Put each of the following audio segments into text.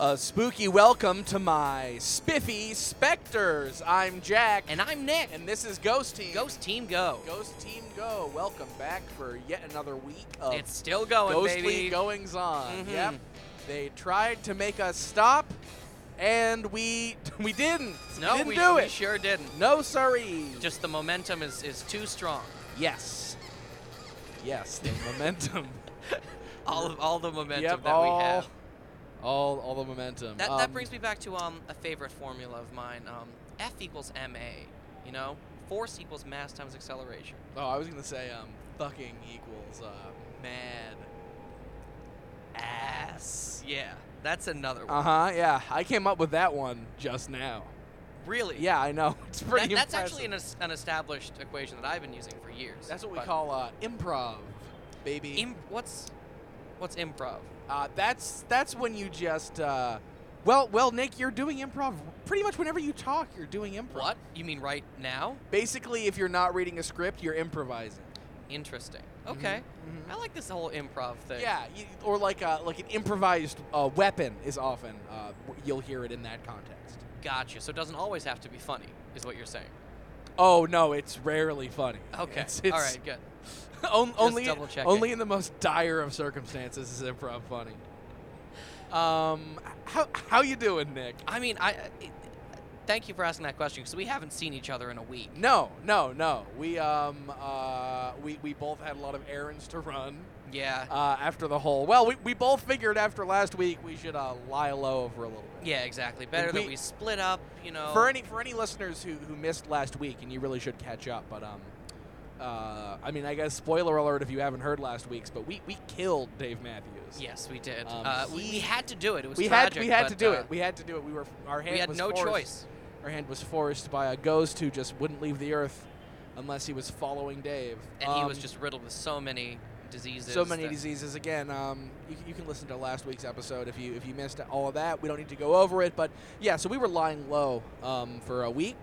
A spooky welcome to my spiffy specters. I'm Jack, And I'm Nick. and this is Ghost Team. Ghost Team Go. Ghost Team Go. Welcome back for yet another week of It's still going, ghostly baby. goings on. Mhm. Yep. They tried to make us stop, and we we didn't. No, we didn't we, do we it. sure didn't. No, sorry. Just the momentum is, is too strong. yes, yes. The momentum. All of all the momentum yep. that all, we have. all all the momentum. That, that Um, brings me back to um a favorite formula of mine. Um, F equals ma. You know, force equals mass times acceleration. Oh, I was gonna say um, fucking equals uh, mad. Ass. Yeah, that's another one. Uh huh. Yeah, I came up with that one just now. really? Yeah, I know. It's That- pretty. that's impressive. actually an, es- an established equation that I've been using for years. That's what we but call uh, improv, baby. Im- what's what's improv? uh, that's that's when you just. Uh, well, well, Nick, you're doing improv pretty much whenever you talk. You're doing improv. What you mean right now? Basically, if you're not reading a script, you're improvising. Interesting. Okay. Mhm. I like this whole improv thing. Yeah, you, or like a, like an improvised uh, weapon is often uh, w- you'll hear it in that context. Gotcha. So it doesn't always have to be funny, is what you're saying. Oh no, it's rarely funny. Okay. It's- it's- All right, good. On- only double-checking. only in the most dire of circumstances is improv funny. Um, how how you doing, Nick? I mean, I. I- It, thank you for asking that question because we haven't seen each other in a week. No, no, no. We um uh we, we both had a lot of errands to run Yeah. uh, after the whole. Well, we, we both figured after last week we should uh, lie low for a little bit. Yeah, exactly. Better that we- we split up, you know. For any for any listeners who, who missed last week, and you really should catch up. But um, uh, I mean, I guess spoiler alert if you haven't heard last week's, but we we killed Dave Matthews. yes, we did. Um, uh, we, he- we had to do it. It was we tragic. had we had but, to do uh, it. We had to do it. We were our hand we had was no forced- choice. Our hand was forced by a ghost who just wouldn't leave the earth unless he was following Dave. And he was Um, just riddled with so many diseases. so many that- diseases. Again, um, you, you can listen to last week's episode if you if you missed all of that. We don't need to go over it, but yeah. So we were lying low um, for a week.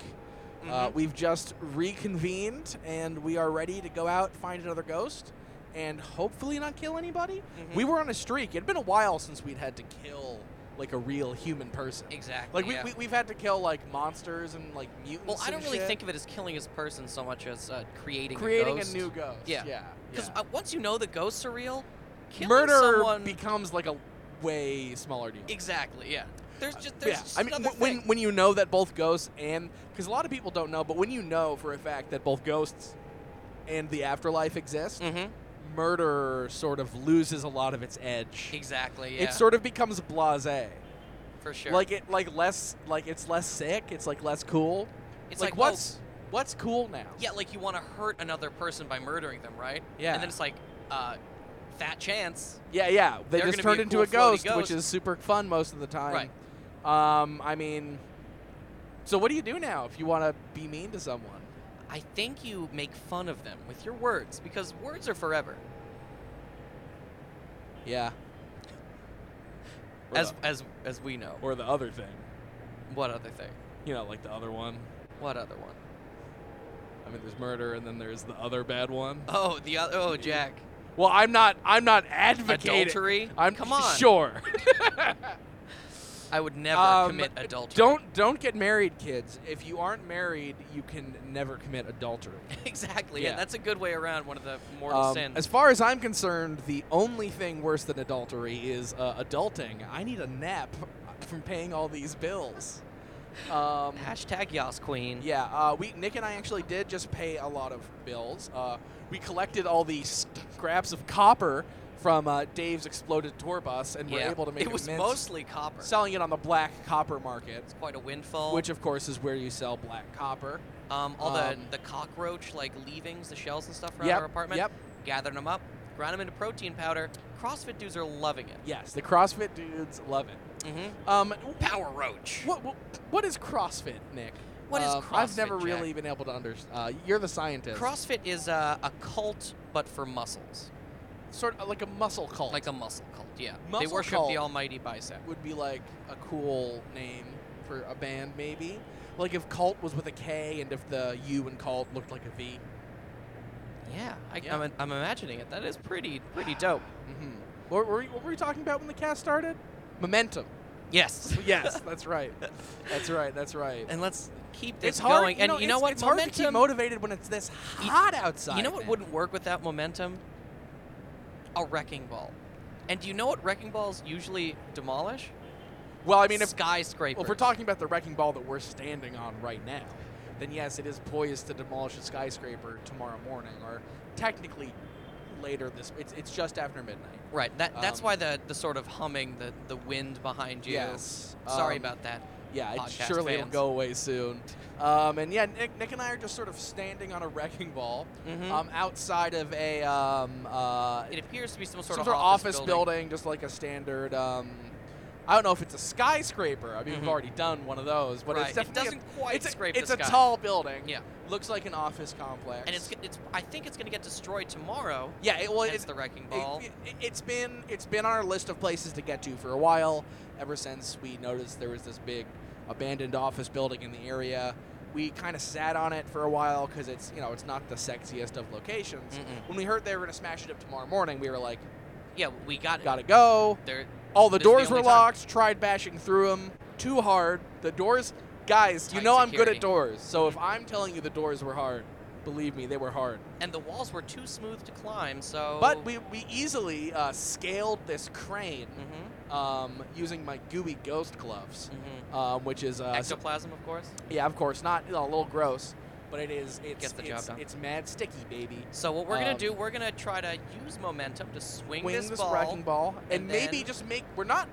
Uh, Mhm. we've just reconvened and we are ready to go out find another ghost and hopefully not kill anybody. Mhm. We were on a streak. It had been a while since we'd had to kill like a real human person. Exactly. Like yeah. we, we, we've had to kill like monsters and like mutants. well, I and don't really shit. think of it as killing as person so much as uh, creating creating a, a, ghost. new ghost. Yeah. yeah. Because yeah. uh, once you know the ghosts are real, killing murder someone becomes like a way smaller deal. exactly. Yeah, there's just there's yeah, just I mean another wh- when thing. when you know that both ghosts and because a lot of people don't know, but when you know for a fact that both ghosts and the afterlife exist, Mhm, murder sort of loses a lot of its edge. Exactly. Yeah. It sort of becomes blasé. for sure. Like it like less like it's less sick. It's like less cool. it's like, like, oh, what's what's cool now? yeah, like you want to hurt another person by murdering them, right? Yeah. And then it's like, uh, fat chance. Yeah, yeah. They They're just gonna turned be a into cool a ghost, floaty which is ghost. super fun most of the time. Right. Um, I mean, so what do you do now if you want to be mean to someone? I think you make fun of them with your words because words are forever. Yeah. Or As the, as as we know. or the other thing, What other thing? you know, like the other one. What other one? I mean, there's murder, and then there's the other bad one. Oh, the other. Oh, Jack. Well, I'm not. I'm not advocating. Adultery. I'm come on. Sure. I would never Um, commit adultery. Don't don't get married, kids. If you aren't married, you can never commit adultery. Exactly. Yeah. Yeah. that's a good way around one of the mortal Um, sins. as far as I'm concerned, the only thing worse than adultery is uh, adulting. I need a nap from paying all these bills. Um, Hashtag Yas Queen. yeah, uh, we Nick and I actually did just pay a lot of bills. Uh, we collected all the scraps of copper from uh, Dave's exploded tour bus, and Yeah. were able to make it was amends mostly copper. selling it on the black copper market, it's quite a windfall. which of course is where you sell black copper. um, all the um, the cockroach like leavings, the shells and stuff around Yep, our apartment. Yep. Gathered them up, ground them into protein powder. CrossFit dudes are loving it. Yes, the CrossFit dudes love it. Mm-hmm. Um, Power roach. What, what what is CrossFit, Nick? What is Um, I've CrossFit, never Jack? really been able to understand. Uh, you're the scientist. CrossFit is uh, a cult, but for muscles, sort of like a muscle cult. like a muscle cult. Yeah. they Muscle worship cult. the almighty bicep. would be like a cool name for a band, maybe. Like if cult was with a K, and if the U in cult looked like a V. Yeah. I, Yeah. I'm, I'm imagining it. That is pretty pretty dope. Mm-hmm. What, were we, what were we talking about when the cast started? Momentum. Yes. yes, that's right. That's right. That's right. And let's keep this It's hard. going. you and know, you know it's- what? It's hard to keep momentum. motivated when it's this You- hot outside. you know what man. wouldn't work without momentum? A wrecking ball. And do you know what wrecking balls usually demolish? Well, I mean, if skyscrapers. Well, if we're talking about the wrecking ball that we're standing on right now, then yes, it is poised to demolish a skyscraper tomorrow morning, or technically later this. It's, it's just after midnight. right, that that's um, why the the sort of humming, the the wind behind you. Yes. Sorry Um, about that. Yeah, it podcast surely fans. it'll go away soon. Um, and yeah, Nick, Nick and I are just sort of standing on a wrecking ball Mhm. um, outside of a um, uh, it appears to be some some sort sort of office building. just like a standard. Um, I don't know if it's a skyscraper. I mean, Mhm. we've already done one of those, but right. it's definitely it doesn't a, quite it's a, scrape it's the a sky. tall building. Yeah. looks like an office complex. And it's it's I think it's going to get destroyed tomorrow. yeah, it, well, hence it's the wrecking ball. It, has been it's been on our list of places to get to for a while. Ever since we noticed there was this big abandoned office building in the area, we kind of sat on it for a while because it's you know it's not the sexiest of locations. Mm-mm. When we heard they were gonna smash it up tomorrow morning, we were like, yeah, we got it. gotta go. There All Oh, the This is the doors were only time. locked. Tried bashing through them too hard. The doors, guys, you Tight know I'm good security. at doors. So if I'm telling you the doors were hard, believe me, they were hard. and the walls were too smooth to climb, so But we, we easily uh, scaled this crane Mhm, um, using my gooey ghost gloves, mhm. um, which is uh, s- Ectoplasm, of course. yeah, of course, not you know, a little gross, but it is it's Gets the job it's, done. it's mad sticky, baby. So what we're gonna Um, do, we're gonna try to use momentum to swing, Wing this, this ball. wrecking ball, and, and maybe then- just make we're not.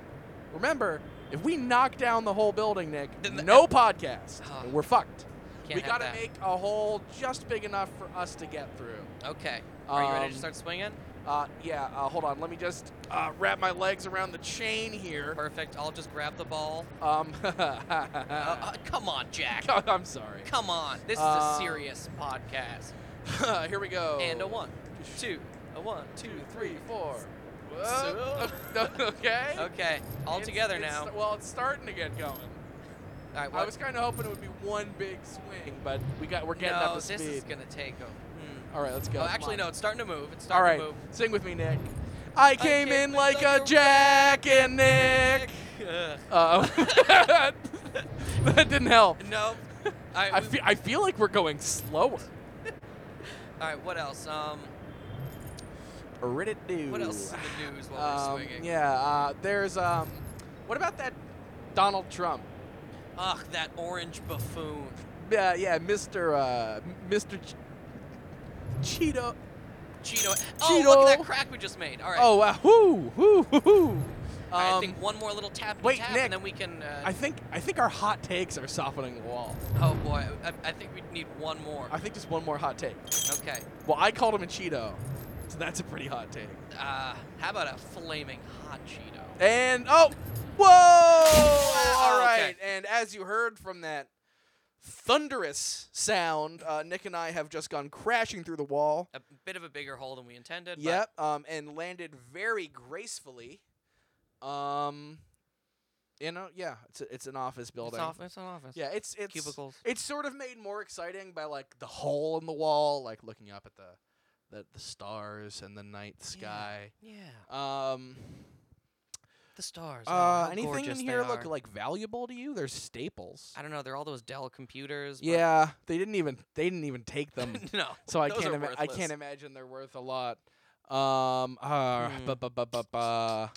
Remember, if we knock down the whole building, Nick, Then the- no podcast. Ah. we're fucked. Can't we have gotta that. make a hole just big enough for us to get through. Okay. Are you ready Um, to start swinging? Uh, yeah, uh, hold on. Let me just uh, wrap my legs around the chain here. Perfect. I'll just grab the ball. Um, Uh, uh, come on, Jack. I'm sorry. Come on. This is a Uh, serious podcast. Here we go. And a one, two, a one, two, two, three. three, four. So- Whoa. okay. Okay. All It's- together it's- now. Well, it's starting to get going. All right. I What? was kind of hoping it would be one big swing, but we got we're getting no, up to this is speed. gonna take. A, hmm. All right, let's go. Oh, actually, Come no. on. It's starting to move. It's All starting right, to move. sing with me, Nick. I came in like a Jack and Nick. Ugh. Uh, that didn't help. No. I, I we- feel, I feel like we're going slower. all right. What else? Um. What What else is in the news while we're Um, swinging? yeah, uh, there's um, what about that Donald Trump? Ugh, that orange buffoon. Yeah, yeah, Mr. Uh, Mr. Ch- Cheeto. Cheeto. Oh, look at Cheeto. that crack we just made. All right. Oh, wow, whoo, whoo, whoo, whoo. Um, All right, I think one more little tap, wait, tap Nick. and then we can. Uh, I think I think our hot takes are softening the wall. oh boy, I, I think we need one more. I think just one more hot take. Okay. Well, I called him a Cheeto, so that's a pretty hot take. Uh, how about a flaming hot Cheeto? And oh, whoa! All right. okay. And as you heard from that thunderous sound, uh, Nick and I have just gone crashing through the wall. A bit of a bigger hole than we intended. but Yep. Um, and landed very gracefully. Um, you know, yeah, it's a, it's an office It's, building. off, it's an office. Yeah, it's it's Cubicles. It's sort of made more exciting by like the hole in the wall, like looking up at the the, the stars and the night sky. Yeah. Um, The stars. oh, uh, how anything in gorgeous they here look are. like valuable to you? They're staples. I don't know. They're all those Dell computers. but- Yeah, they didn't even they didn't even take them, no. so I those can't are ima- I worthless. can't imagine they're worth a lot. Um, uh, Hmm. bu- bu- bu- bu- bu-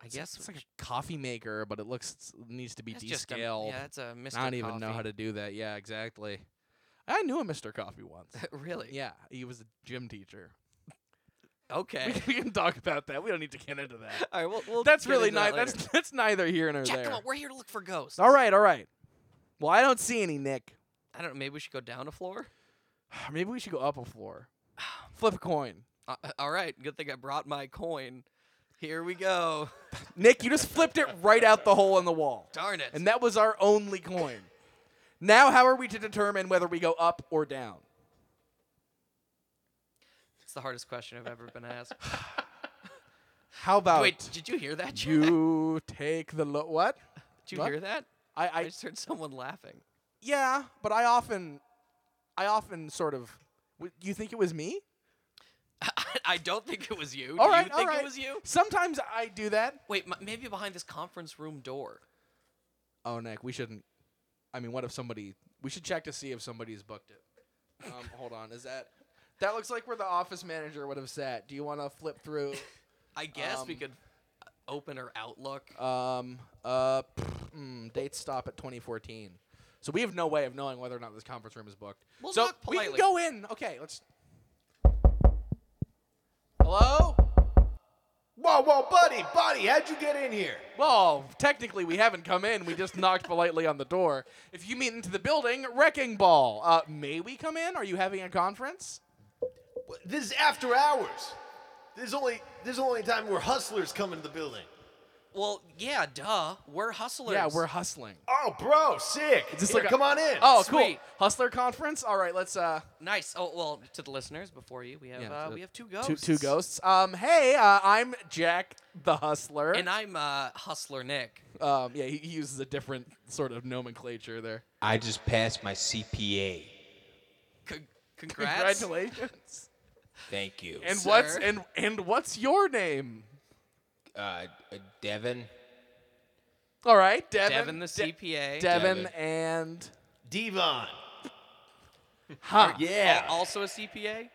I it's- guess it's like a coffee maker, but it looks it's- it needs to be that's just a- descaled. yeah, that's a Mr. I don't even know how to do that. Yeah, exactly. I knew a Mr. Coffee once. really? yeah, he was a gym teacher. We, Okay. we can talk about that. We don't need to get into that. All right, Eh. we'll, we'll That's get really into that neither. later. That's that's neither here nor Jack, there. come on, we're here to look for ghosts. All right, all right. Well, I don't see any, Nick. I don't know. Maybe we should go down a floor. Maybe we should go up a floor. Flip a coin. Uh, uh, all right. Good thing I brought my coin. Here we go. Nick, you just flipped it right out the hole in the wall. Darn it. And that was our only coin. Now, how are we to determine whether we go up or down? It's the hardest question I've ever been asked. How about Wait, did you hear that? Jack? you take the lo- what? did you what? hear that? I, I I just heard someone laughing. yeah, but I often I often sort of w- you think it was me? I don't think it was you. Do All right, you all think right. it was you? Sometimes I do that. Wait, m- maybe behind this conference room door. Oh, Nick, we shouldn't. I mean, what if somebody? We should check to see if somebody's booked it. Um, hold on, is that? That looks like where the office manager would have sat. Do you want to flip through? I guess we Um, could uh, open our Outlook. Um, uh, mm, dates stop at 2014. So we have no way of knowing whether or not this conference room is booked. We'll so knock we can politely. go in. Okay, let's. Hello? Whoa, whoa, buddy, buddy, how'd you get in here? Well, technically we haven't come in. We just knocked politely on the door. If you meet into the building, wrecking ball. Uh, may we come in? Are you having a conference? Wh- This is after hours. There's only this is only time where hustlers come into the building. Well, yeah, duh. We're hustlers. Yeah, we're hustling. Oh, bro, sick. Is this Here, like a- come on in. Oh, Sweet. cool. Hustler conference. All right, let's uh nice. Oh well, to the listeners before you, we have Yeah, uh, to- we have two ghosts. two, two ghosts. Um, hey, uh, I'm Jack the Hustler. And I'm uh, hustler Nick. Um, yeah, he he uses a different sort of nomenclature there. I just passed my CPA. C- congrats. Congratulations. Thank you. and what's Sir. and and what's your name? uh, uh, Devin, All right, Devin. Devin the De- CPA. Devin, Devin. and Devon. Oh, huh. Yeah. oh, Al- also a CPA.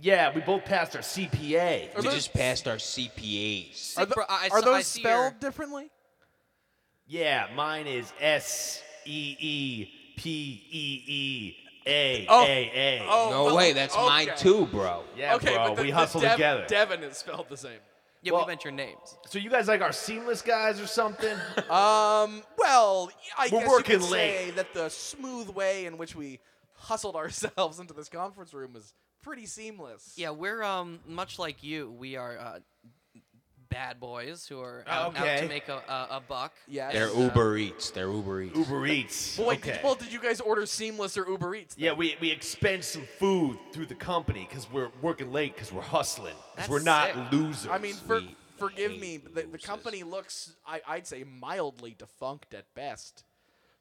yeah, we both passed our CPA. Are we those- just passed our CPAs. Are, Sick, bro. I- I are saw- I those see your- spelled differently? Yeah, mine is S E E P E E A Oh. A A. Oh, no well, way, that's mine okay. too, bro. Yeah, okay, bro, but the, we the hustle Dev- together. Devin is spelled the same. Yeah, Well- we meant your names. so you guys like our seamless guys or something? Um, well, I guess We're you working could late. say that the smooth way in which we hustled ourselves into this conference room was pretty seamless. Yeah, we're um much like you. We are uh, bad boys who are out, out Okay. to make a, a, a buck. Yes. They're Uber Eats. They're Uber Eats. Uber Eats. Well, wait, okay. did, well, did you guys order Seamless or Uber Eats? Yeah, we, we expense some food through the company because we're working late because we're hustling. Because That's we're not sick. losers. I mean, for, We forgive hate me, but the, the losers. company looks, I, I'd say, mildly defunct at best.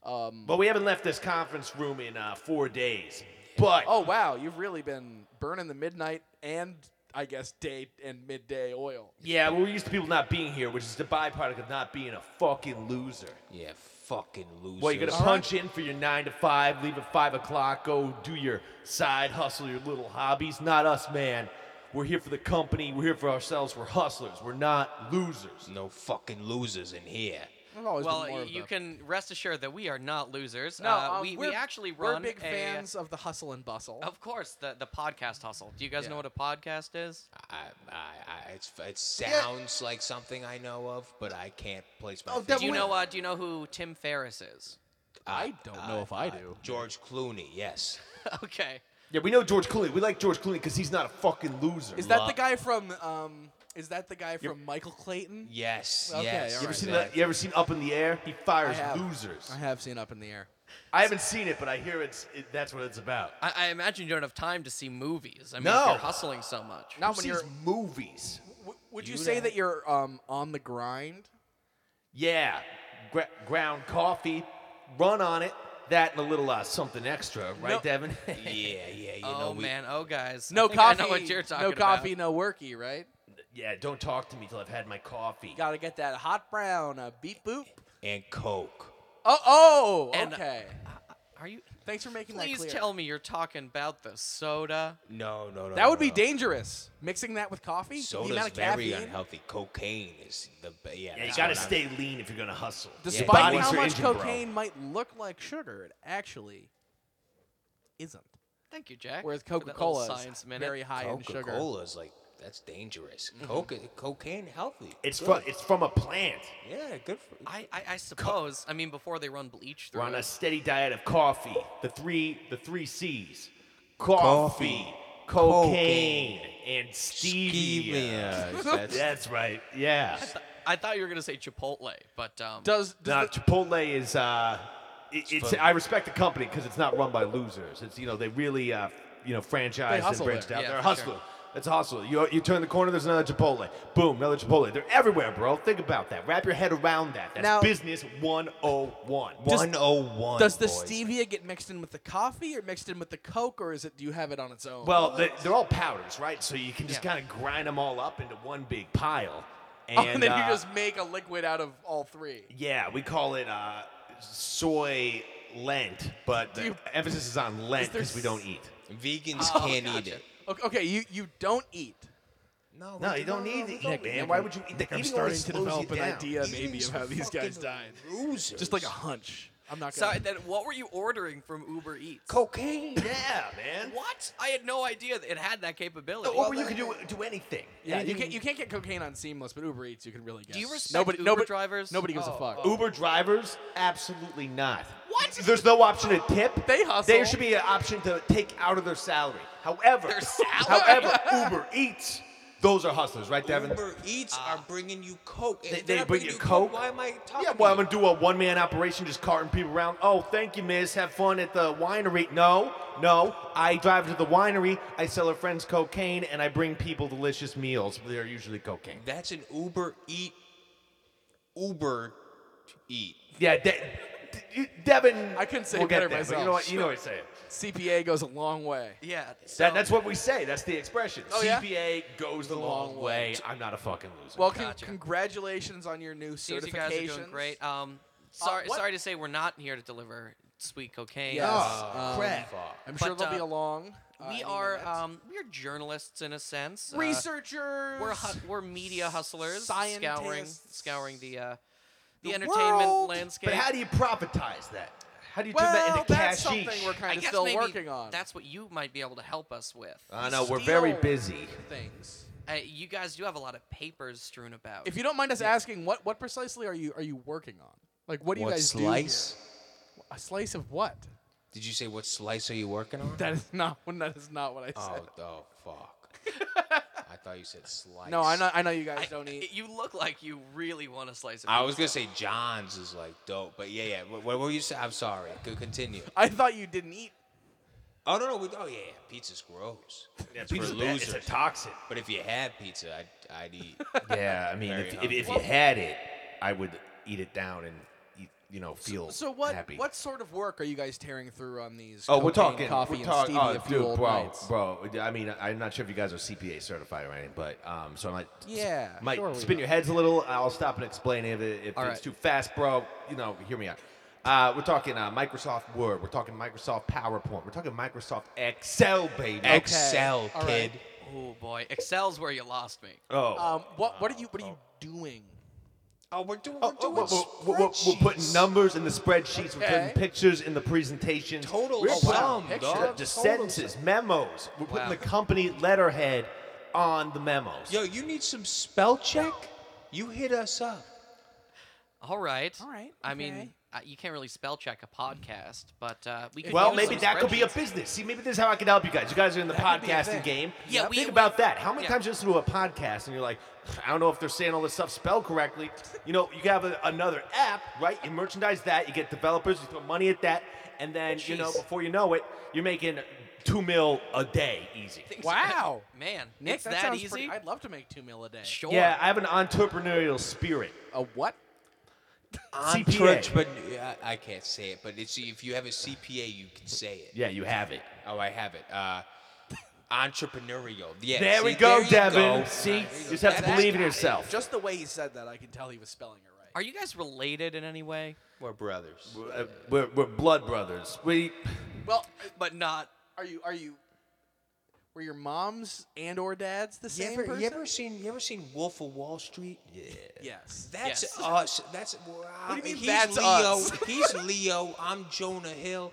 Um, But we haven't left this conference room in uh, four days. But oh, wow, you've really been burning the midnight and, I guess, day and midday oil. yeah, we're used to people not being here, which is the byproduct of not being a fucking loser. Yeah, fucking losers. Well, you're gonna All right. punch in for your nine to five, leave at five o'clock, go do your side hustle, your little hobbies. Not us, man. We're here for the company. We're here for ourselves. We're hustlers. We're not losers. no fucking losers in here. I've always Well, been more y- of you the- can rest assured that we are not losers. No, uh, um, we, we we're- actually run. We're big a- fans of the hustle and bustle. Of course, the the podcast hustle. Do you guys know Yeah. what a podcast is? I, I, I, it's, it sounds like something I know of, but I can't place my. Oh, finger Devin, Do you we- know? Uh, do you know who Tim Ferriss is? I don't know if I uh, do. George Clooney, yes. okay. Yeah, we know George Clooney. We like George Clooney because he's not a fucking loser. Is that the Lot. guy from? Um, is that the guy from Michael Clayton? Yes, Okay, yes. all You ever right. seen that? You ever seen Up in the Air? He fires have. losers. I have seen Up in the Air. I haven't seen it, but I hear it's it, that's what it's about. I, I imagine you don't have time to see movies. I mean, No. if you're hustling so much. Not when Who sees you're. movies. W- would you, say that you're um, on the grind? Yeah, Gra- ground coffee, run on it. That and a little uh, something extra, right, No. Devin? Yeah, yeah. You oh know, we, man. Oh guys. I No think coffee. I know what you're talking no about. coffee. No worky. Right. yeah, don't talk to me till I've had my coffee. Got to get that hot brown. Uh, beep boop. and Coke. Oh oh. And- okay. Are you? Thanks for making that Please clear. tell me you're talking about the soda. No, no, no. that would be no. dangerous. Mixing that with coffee. the Soda's amount very of caffeine. unhealthy. Cocaine is the ba- yeah. Yeah, you that's gotta what I'm- stay lean if you're gonna hustle. Despite Bodies how are much engine, bro. cocaine might look like sugar, it actually isn't. Thank you, Jack. Whereas for that little Coca Cola is Science minute. very high in sugar. Coca-Cola is like that's dangerous. Coca, cocaine healthy. Mm-hmm. It's Good. from it's from a plant. Yeah, good for. I, I, I suppose. I mean, before they run bleach We're through. on a it. steady diet of coffee. The three the three C's: coffee, Coffee, cocaine, and stevia. Stevia. That's- That's right. Yeah. I thought you were gonna say Chipotle, but um. Does, does Now the- Chipotle is. Uh, it, it's. fun. I respect the company because it's not run by losers. It's you know they really uh, you know franchise and hustle branched there. out. Yeah, They're for sure. hustling. That's a hustle. You, you turn the corner, there's another Chipotle. Boom, another Chipotle. They're everywhere, bro. Think about that. Wrap your head around that. That's Now- business 101. Does- 101. Does the boys. stevia get mixed in with the coffee or mixed in with the Coke, or is it do you have it on its own? Well, they, they're all powders, right? So you can just Yeah. kind of grind them all up into one big pile. And, Oh, and, then uh, you just make a liquid out of all three. Yeah, we call it uh, soy lent, but the you- emphasis is on lent there because we don't eat. Vegans Oh, can't eat it. Okay, okay, you you don't eat. No, No, we you do- don't need to no, eat, no, man. Why would you eat that? I'm Eating starting always to slows you develop an down. idea maybe Vegans of are how these guys fucking died. Losers. Just like a hunch. uh, I'm not So gonna. then, what were you ordering from Uber Eats? cocaine. Yeah, man. What? I had no idea that it had that capability. Over you can do do anything. yeah, you Anything- can't you can't get cocaine on Seamless, but Uber Eats you can really get. Do you respect nobody, Uber nobody, drivers? Nobody gives a Oh, fuck. oh. Uber drivers, absolutely not. What? There's no option to tip. They hustle. There should be an option to take out of their salary. However, Their salary? however, Uber Eats, those are hustlers, right, Devin? Ah. Uber Eats are bringing you Coke. They, If they're they not bring bringing you coke. Why am I talking? Yeah, to well, I'm you? gonna do a one-man operation, just carting people around. Oh, thank you, miss. Have fun at the winery. No, no. I drive to the winery. I sell her friends cocaine, and I bring people delicious meals. They're usually cocaine. That's an Uber Eat. Uber to Eat. Yeah, De- De- Devin. I couldn't say we'll it better get there, but You know myself. what? You know what I'm saying. CPA goes a long way. Yeah. So, That, that's what we say. That's the expression. Oh, yeah? CPA goes the long, long way. way. I'm not a fucking loser. Well, con- Gotcha. congratulations on your new seems you certification. guys are doing great. Um, sorry, what? sorry to say we're not here to deliver sweet cocaine. Uh, Yes. um, crap. I'm But, sure they'll be uh, along. uh, any We are minute. um, we are journalists in a sense. Uh, researchers. we're hu- we're media hustlers, scouring scientists. scouring the uh, the, The entertainment world. landscape. but how do you profitize that? How do you turn that well, into that's cash? something we're I kind of guess still maybe working on. That's what you might be able to help us with. I know we're very Steal busy. things. Uh, you guys do have a lot of papers strewn about. If you don't mind us asking, what what precisely are you are you working on? Like, what do you What guys slice? do? here? A slice of what? Did you say what slice are you working on? That is not. That is not what I said. oh, oh, fuck. I thought you said slice. no, I know. I know you guys I- don't eat. You look like you really want a slice of. I was pizza. gonna say John's is like dope, but yeah, yeah. What, what were you saying? I'm sorry. Go continue. I thought you didn't eat. Oh no, no. We, oh yeah, yeah, pizza's gross. That's for Pizza's bad. It's a losers. toxin. But if you had pizza, I'd, I'd eat. Yeah, I mean, Very if, if, hungry. if you had it, I would eat it down and eat, you know feel So what? happy. What sort of work are you guys tearing through on these? Oh, we're cocaine, talking coffee we're talking, and stevia oh, dude, fueled bro, nights? bro. I mean, I'm not sure if you guys are CPA certified or anything, but um, so I might Yeah, might sure we spin are. your heads a little. I'll stop and explain if, it, if All it's right. too fast, bro. You know, hear me out. Uh, we're talking uh, Microsoft Word. We're talking Microsoft PowerPoint. We're talking Microsoft Excel, baby. Excel, all right. kid. Oh boy, Excel's where you lost me. Oh, Um, what what are you what are you doing? Oh, we're doing. Oh, we're oh, doing we're, we're- we're- we're putting spreadsheets. numbers in the spreadsheets. We're Okay. putting pictures in the presentations. Total we're putting sum, the- dog. the Total sentences, memos. We're putting Wow. the company letterhead on the memos. Yo, you need some spell check? You hit us up. All right. All right, I okay. mean, uh, you can't really spell check a podcast, but uh, we could. well, use maybe some that could be a spreadsheets. business. See, maybe this is how I could help you guys. You guys are in the That could be a podcasting thing. game. Yeah, Think we- we- about that. How many yeah. times you listen to a podcast and you're like, I don't know if they're saying all this stuff spelled correctly. You know, you have a, another app, right? You merchandise that. You get developers. You throw money at that, and then you know, Jeez. before you know it, you're making two mil a day easy. Wow, Man, Nick, it's that, that, sounds easy. Pretty, I'd love to make two mil a day. Sure. Yeah, I have an entrepreneurial spirit. A what? CPA. But uh, I, I can't say it. But it's if you have a CPA, you can say it. Yeah, you have it. Oh, I have it. Uh, entrepreneurial. Yeah. There see, we go, you Devin. go. See, you That- just have to that believe in guy- yourself. Just the way he said that, I can tell he was spelling it right. Are you guys related in any way? We're brothers. Uh, we're, we're blood brothers. We well, But not. are you are you? Were your moms and or dads the You same ever, person? you ever seen you ever seen Wolf of Wall Street? Yeah. Yes. That's Yes. us. That's wow. do you mean, He's that's Leo. us? He's Leo. I'm Jonah Hill,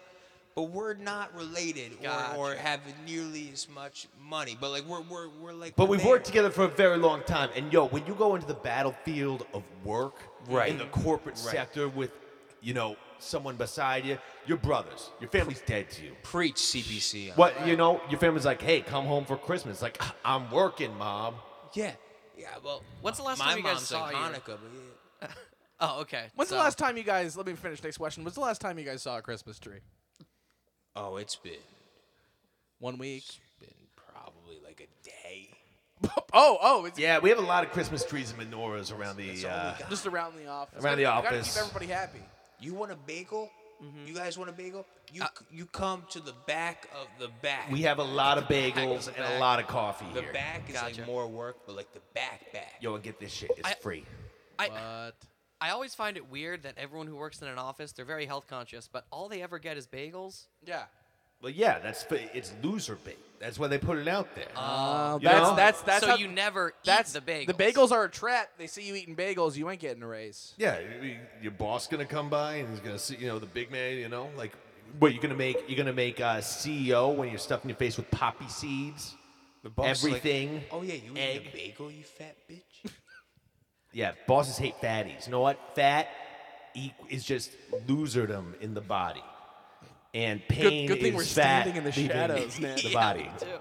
but we're not related Gotcha. or, or have nearly as much money. But like we're we're, we're like. But we're we've worked there. together for a very long time. And yo, when you go into the battlefield of work Right. in the corporate Right. sector with, you know, someone beside you, your brothers, your family's dead to you. Preach CPC. on What you know, your family's like, hey, come home for Christmas. Like, "Ah, I'm working, mom. Yeah. Yeah. Well, When's the last my time you guys mom's saw like you? Hanukkah, but yeah. Oh, okay. When's so- the last time you guys? Let me finish next question. When's the last time you guys saw a Christmas tree? Oh, it's been One week. been probably probably like a day. Oh, oh, it's Yeah, we have a lot of Christmas trees and menorahs around the. all we Uh, got. just around the office. Around the Gotta- Gotta office. keep everybody happy. You want a bagel? You guys want a bagel? You c you come to the back of the back. we have a lot of bagels The and a back. lot of coffee the here. back is Gotcha. like more work, but like the back back. Yo, and get this shit. It's I- free. I, But I always find it weird that everyone who works in an office, they're very health conscious, but all they ever get is bagels. yeah. Well, yeah, that's fa- it's loser bait. That's why they put it out there. Um, You that's know? that's that's Uh, so how, you never that's eat the bagels. The bagels are a trap. They see you eating bagels, you ain't getting a raise. yeah, y- y- your boss gonna come by and he's gonna see, you know, the big man. You know, like, what you're gonna make? You're gonna make uh, CEO when you're stuffing your face with poppy seeds. The boss like, everything, oh yeah, you eat egg. a bagel, you fat bitch. Yeah, bosses hate fatties. You know what? Fat e- is just loserdom in the body, and pain good thing is we're fat standing in the leaving shadows, Nat. The Yeah, body. me too.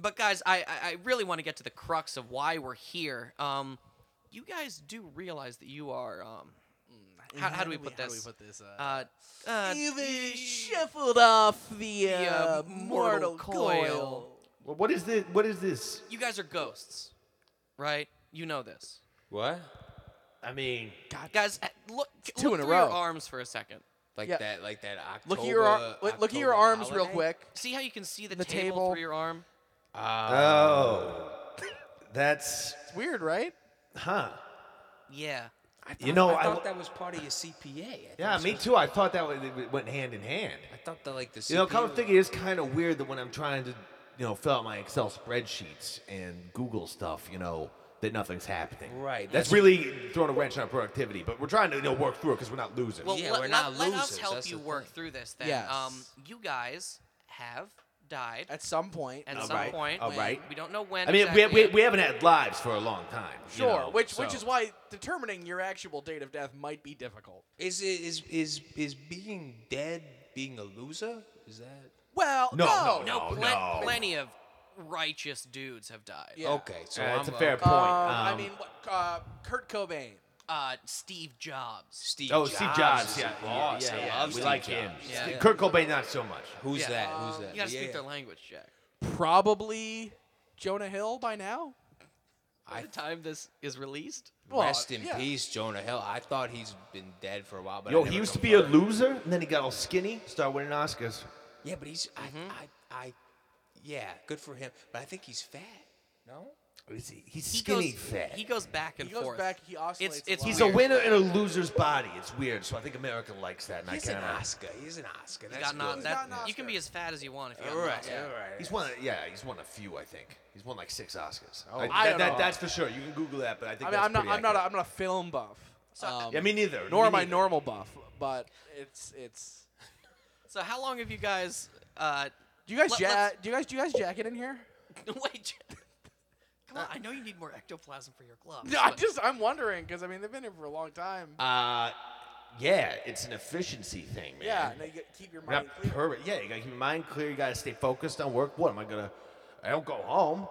but guys, I, I, I really want to get to the crux of why we're here. Um, you guys do realize that you are. Um, how, how do we put Mm, how this? do we put this? Uh, Uh, uh, You've shuffled off the, the, uh, uh, mortal coil. Well, what is this? What is this? You guys are ghosts, right? You know this, what? I mean, guys. uh, Look, two look in a through your row. arms for a second. Like Yeah. that? Like that October? Look at your ar- look, look at your October arms real holiday? quick. See how you can see the, The table, table. through your arm? oh, uh, that's It's weird, right? huh? Yeah. I thought, You know, I I w- thought that was part of your CPA. I Yeah, thought me so- too. I thought that w- went hand in hand. I thought that like the CPA. You know, come to was- think, it is kind of weird that when I'm trying to, you know, fill out my Excel spreadsheets and Google stuff, you know, that nothing's happening. Right, That's, that's- really throwing a wrench on our productivity, but we're trying to, you know, work through it because we're not losing. Well, Yeah, let, we're not let- let us losers, help that's you the work thing. through this then. Yes. Um, you guys have died At some point. at All some right, point. all right. We don't know when. I mean, exactly we, we, yet. we haven't had lives for a long time. you sure, know, which which so- is why determining your actual date of death might be difficult. Is it is is is being dead being a loser? Is that Well, No, no, no, no, Oh, plen- no. plenty of righteous dudes have died. Yeah. okay? So Uh, that's I'm a fair up. Um, point. I Um, mean, what, uh, Kurt Cobain. Uh, Steve Jobs. Steve Oh, Jobs. Steve Jobs. is Yeah, a yeah, boss. yeah, I yeah, love We Steve like him. Jobs. Yeah. Yeah. Kurt Cobain, not so much. Who's Yeah. that? Who's that? You gotta speak Yeah. their language, Jack. Probably Jonah Hill by now. By the time this is released, Well, Rest in yeah. peace, Jonah Hill. I thought he's been dead for a while, but I Yo, never he used to be a confirmed. loser, and then he got all skinny, started winning Oscars. Yeah, but he's Mm-hmm. I, I I yeah, good for him. But I think he's fat. No. Is he- He's he skinny goes fat. he goes back and He goes forth. back, he oscillates It's, a it's lot. He's weird. a winner in a loser's body. It's weird, so I think America likes that. And He's I an kinda, Oscar. He's an Oscar. You That's got an- good. that- got an you can Oscar. be as fat as you want if you all got an right, Oscar. all right. He's won. Yeah, he's won a few. I think he's won like six Oscars. Oh, I that, don't that- know. That's for sure. You can Google that, but I think I mean, I'm that's not. pretty I'm not. A, accurate. I'm not a film buff. um, yeah, me neither. nor me am I neither. normal buff, but it's it's. So how long have you guys? Uh, Do you guys Let- ja- let's- do you guys do you guys jacket in here? wait, Jack- come on! I know you need more ectoplasm for your gloves. No, I but- just I'm wondering because I mean they've been here for a long time. Uh, yeah, it's an efficiency thing, man. yeah, no, you gotta keep your Not mind clear. perfect. Yeah, you gotta keep your mind clear. You gotta stay focused on work. What am I gonna? I don't go home.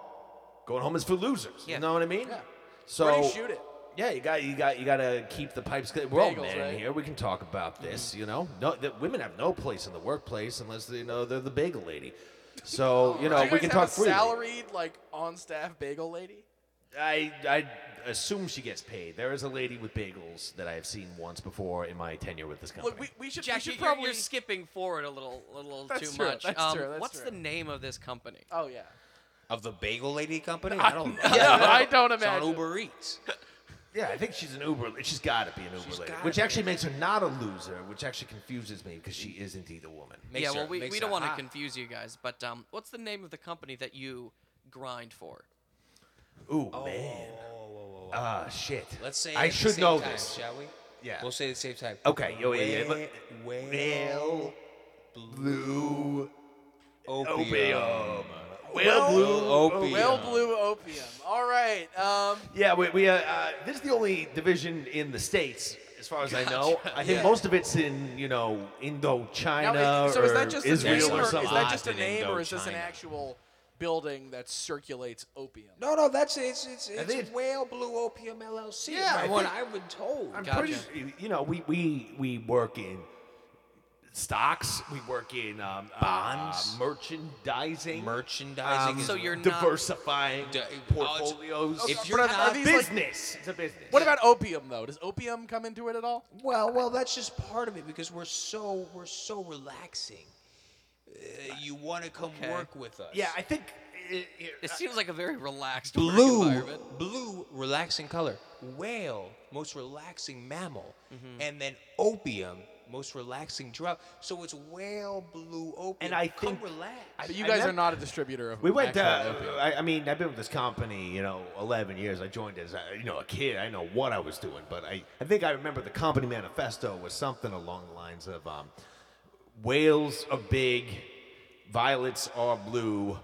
Going home is for losers. Yeah. You know what I mean? Yeah. So Where do you shoot it? Yeah, you got you got you got to keep the pipes clear. We're all Bagels, men right? here. We can talk about this. You know, no, that women have no place in the workplace unless they know they're the bagel lady. So you know do you we guys have can talk a freely. salaried like on staff bagel lady? I I assume she gets paid. There is a lady with bagels that I have seen once before in my tenure with this company. Look, we, we should we Jack, should you- you're, probably you're skipping forward a little, a little That's too true, much. that's um, true, that's what's the true. name of this company? Oh yeah. Of the Bagel Lady Company? I don't know. Yeah, I don't It's on imagine. Uber Eats. yeah, I think she's an Uber. She's got to be an Uber She's lady, gotta which be. actually makes her not a loser, which actually confuses me because she is indeed a woman. Makes yeah, well, her- we, makes we her don't want to hot. confuse you guys, but um, what's the name of the company that you grind for? Ooh Oh, man. Ah shit. Let's say I at the should same know time, this. shall we? Yeah. We'll say the same time. Okay, yo, yeah, yeah, but- Whale- Well, blue opium. Well, blue Oh. Opium. Well, blue opium. All right. Um, Yeah, we, we uh, uh, this is the only division in the states, as far as I know. I think most of it's in you know Indochina now, is- so is or that just Israel a name, or is something. that just a Lots in name, or is this an Indochina. actual building that circulates opium? No, no, that's it's it's it's, think it's- Whale Blue Opium LLC. Yeah, Yeah, I I what think- I've been told. I'm Gotcha. pretty, you know, we we we work in stocks. We work in um, uh, Bonds? merchandising, Merchandising um, is So you're not- diversifying D- oh, it's- portfolios. if Okay, you're Oh, but are not- these, like- business, it's a business. What about opium though? Does opium come into it at all? Well, well, that's just part of it because we're so we're so relaxing. Uh, you want to come Okay. work with us? Yeah, I think. It, It seems like a very relaxed work blue, environment. blue, relaxing color. Whale, most relaxing mammal, and then opium, most relaxing drug. So it's whale, blue, opium. and I come think relax. I- But you I guys met- are not a distributor of. We went uh, to. actual opium. I, I mean, I've been with this company, you know, 11 years. I joined as, a, you know, a kid. I know what I was doing, but I, I think I remember the company manifesto was something along the lines of um, whales are big, violets are blue,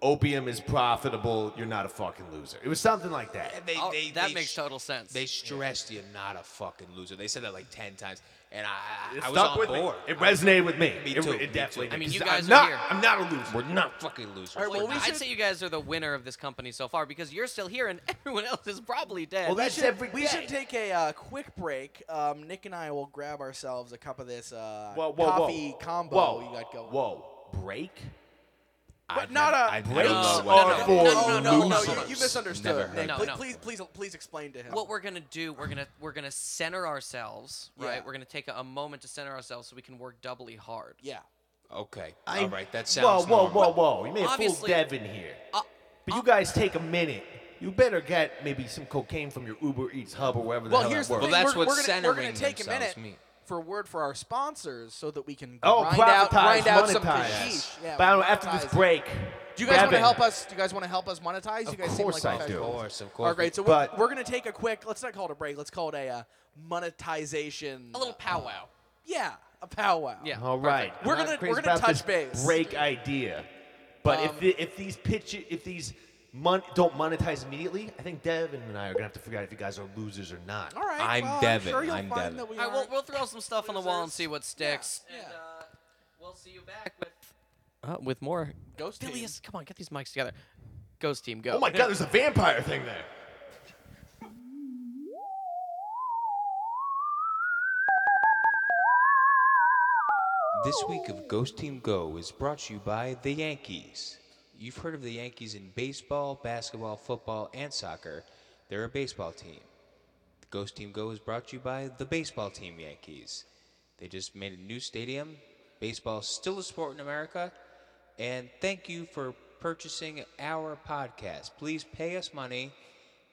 opium is profitable, you're not a fucking loser. It was something like that. And they- Oh, they- that they makes sh- total sense. They stressed you're not a fucking loser. They said that like ten times, and I, I, It I was stuck on with board. me. It I was- resonated with me. Me It- too, It, me too. definitely. did, I mean, you because guys I'm are not, here. I'm not a loser. We're not fucking losers. All right, well, We're we not. I'd should- say you guys are the winner of this company so far because you're still here and everyone else is probably dead. Well, that's every We day. should take a uh, quick break. Um, Nick and I will grab ourselves a cup of this uh, whoa, whoa, coffee whoa. combo whoa, you got going. Whoa, break. But not a I'd breaks never- are I'd never- for no, no, no, no, losers. you, you misunderstood. Never heard Nick. that. Please- No, no. Please, please, please explain to him. what we're gonna do we're gonna we're gonna center ourselves right Yeah. we're gonna take a, a moment to center ourselves so we can work doubly hard yeah. Okay. I- All right. That sounds. Whoa, normal. whoa, whoa, whoa! You may have fooled Obviously- Devin here, Uh, but you guys take a minute. You better get maybe some cocaine from your Uber Eats hub or wherever the Well, hell here's the that works. thing. Well, that's we're, what we're gonna, we're gonna centering take a minute themselves mean. for a word for our sponsors so that we can Oh, grind out, profitize, grind out some monetize. hashish. Yeah, but I don't, after monetize this it. break, Do you guys want to Devin, help us? Do you guys want to help us monetize? you guys seem course like I do. professionals. Of course, of course. All right, so But- we're, we're gonna take a quick. Let's not call it a break. Let's call it a uh, monetization. a little powwow Yeah, a powwow. yeah All right, We're I'm not gonna- crazy we're gonna about touch this base. Um, Break idea, but if the, if these pitch if these mon- don't monetize immediately, I think Devin and I are gonna have to figure out if you guys are losers or not. All right. I'm well, Devin. I'm sure you'll I'm find Devin. that we all right we'll, aren't. we'll throw some stuff on the wall and see what sticks Yeah, and yeah. uh, we'll see you back with uh, with more Ghost Billy team. is- come on get these mics together ghost team go Oh my God! There's a vampire thing there. This week of Ghost Team Go is brought to you by the Yankees. You've heard of the Yankees in baseball, basketball, football, and soccer. They're a baseball team. The Ghost Team Go is brought to you by the baseball team Yankees. They just made a new stadium. Baseball's still a sport in America. And thank you for purchasing our podcast. Please pay us money.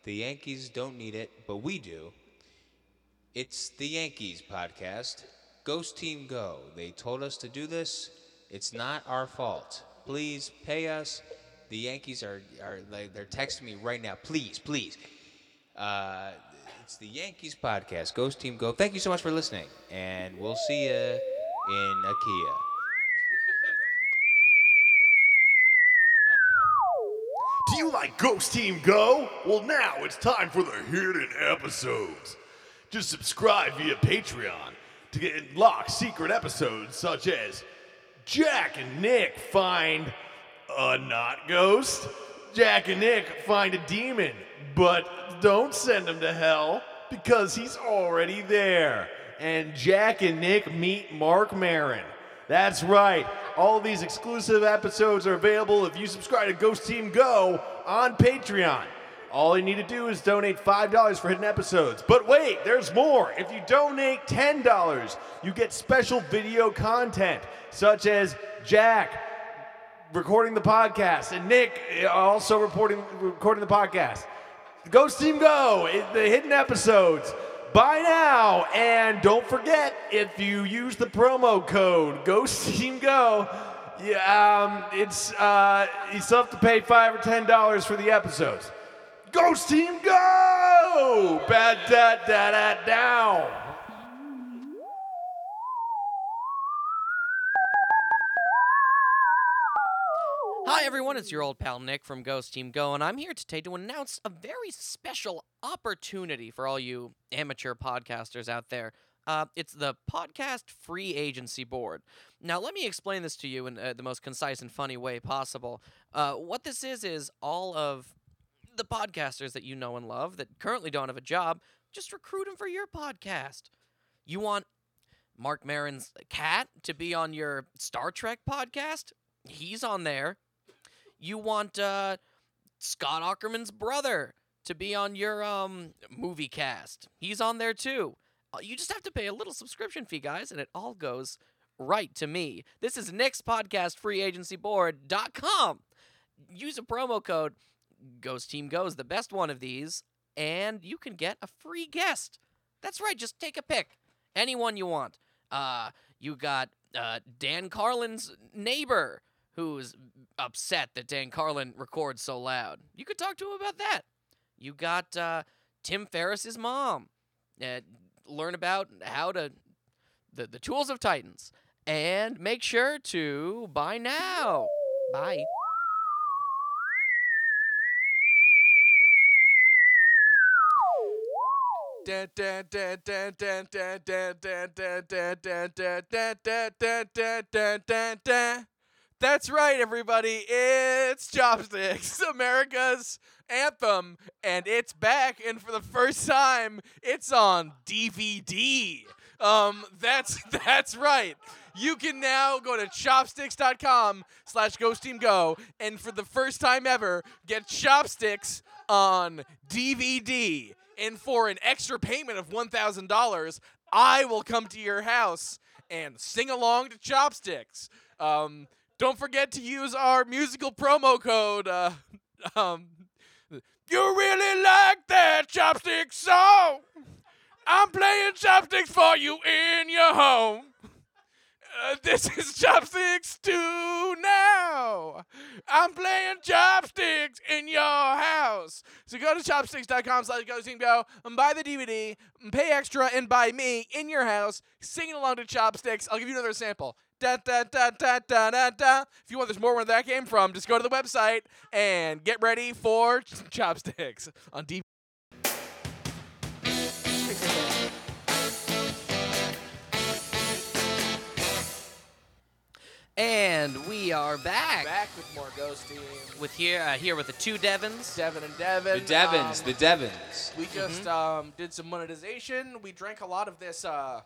The Yankees don't need it, but we do. It's the Yankees podcast. Ghost Team Go. They told us to do this. It's not our fault. Please pay us. The Yankees are are like they're texting me right now. Please, please. Uh, it's the Yankees podcast. Ghost Team Go. Thank you so much for listening, and we'll see you in IKEA. Do you like Ghost Team Go? Well, now it's time for the hidden episodes. Just subscribe via Patreon to get unlock secret episodes such as Jack and Nick find a not ghost, Jack and Nick find a demon, but don't send him to hell because he's already there. And Jack and Nick meet Mark Marin. That's right. All these exclusive episodes are available if you subscribe to Ghost Team Go on Patreon. All you need to do is donate $5 for hidden episodes. But wait, there's more. If you donate $10, you get special video content, such as Jack recording the podcast and Nick uh, also reporting, recording the podcast. Ghost Team Go, it- the hidden episodes. Buy now, and don't forget if you use the promo code Ghost Team Go, yeah, um, it's uh, you still have to pay five or ten dollars for the episodes. Ghost Team Go! Ba da da da down. Hi, everyone. It's your old pal Nick from Ghost Team Go, and I'm here today to announce a very special opportunity for all you amateur podcasters out there. Uh, it's the Podcast Free Agency Board. Now, let me explain this to you in uh, the most concise and funny way possible. Uh, what this is, is all of the podcasters that you know and love that currently don't have a job, just recruit them for your podcast. You want Mark Marin's cat to be on your Star Trek podcast. He's on there. You want uh, Scott Ackerman's brother to be on your um, movie cast. He's on there too. Uh, You just have to pay a little subscription fee, guys, and it all goes right to me. This is Nick's podcast, freeagencyboard.com. Use a promo code Ghost Team Goes, the best one of these, and you can get a free guest. That's right, just take a pick. Anyone you want. Uh, you got uh, Dan Carlin's neighbor who's upset that Dan Carlin records so loud. You could talk to him about that. You got uh, Tim Ferriss's mom. Uh, learn about how to the, the tools of Titans. And make sure to buy now. Bye. That's right, everybody. It's Chopsticks, America's anthem, and it's back. And for the first time, it's on DVD. Um, that's that's right. You can now go to chopsticks.com slash ghost team go and for the first time ever get chopsticks on DVD. And for an extra payment of $1,000, I will come to your house and sing along to chopsticks. Um, don't forget to use our musical promo code. Uh, um, you really like that chopstick song? I'm playing chopsticks for you in your home. Uh, this is chopsticks too now. I'm playing chopsticks in your house. So go to chopsticks.com slash go team go and buy the DVD, and pay extra, and buy me in your house singing along to chopsticks. I'll give you another sample. Da, da, da, da, da, da, da. If you want, there's more where that came from. Just go to the website and get ready for chopsticks on DVD. And we are back, Back with more Ghost Team. with here uh, here with the two Devons. Devin and Devin. The Devons, Um, the Devons. Mm-hmm. We just um, did some monetization. We drank a lot of this uh,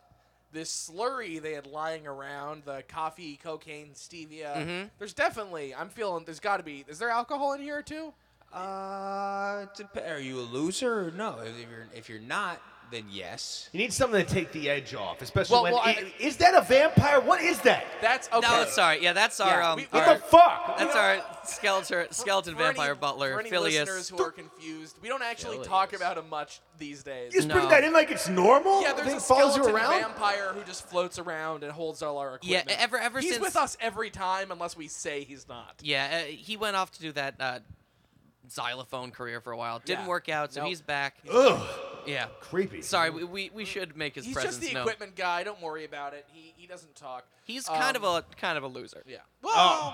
this slurry they had lying around the coffee, cocaine, stevia. Mm-hmm. There's definitely. I'm feeling. There's got to be. Is there alcohol in here too? Uh, dep- are you a loser or no? If you're, if you're not, then yes. You need something to take the edge off, especially Well, when. well, i- I- is that a vampire? What is that? That's okay. No, sorry. Yeah, that's our Yeah, um, we- we our, What the fuck? that's our skeleton skeleton For any- vampire For butler any listeners Phileas. who are confused, we don't actually talk Phileas. about him much these days. You just No. bring that in like it's normal. yeah, Thing there's a follows you skeleton around. vampire who just floats around and holds all our Yeah, equipment. ever ever he's since with us every time unless we say he's not. Yeah, uh, he went off to do that uh, xylophone career for a while. Didn't Yeah. work out, so Nope. he's back. Ugh, Yeah. creepy. Sorry, we, we, we should make his He's presence just the known. equipment guy. Don't worry about it. He he doesn't talk. He's kind Um, of a kind of a loser. yeah. Uh,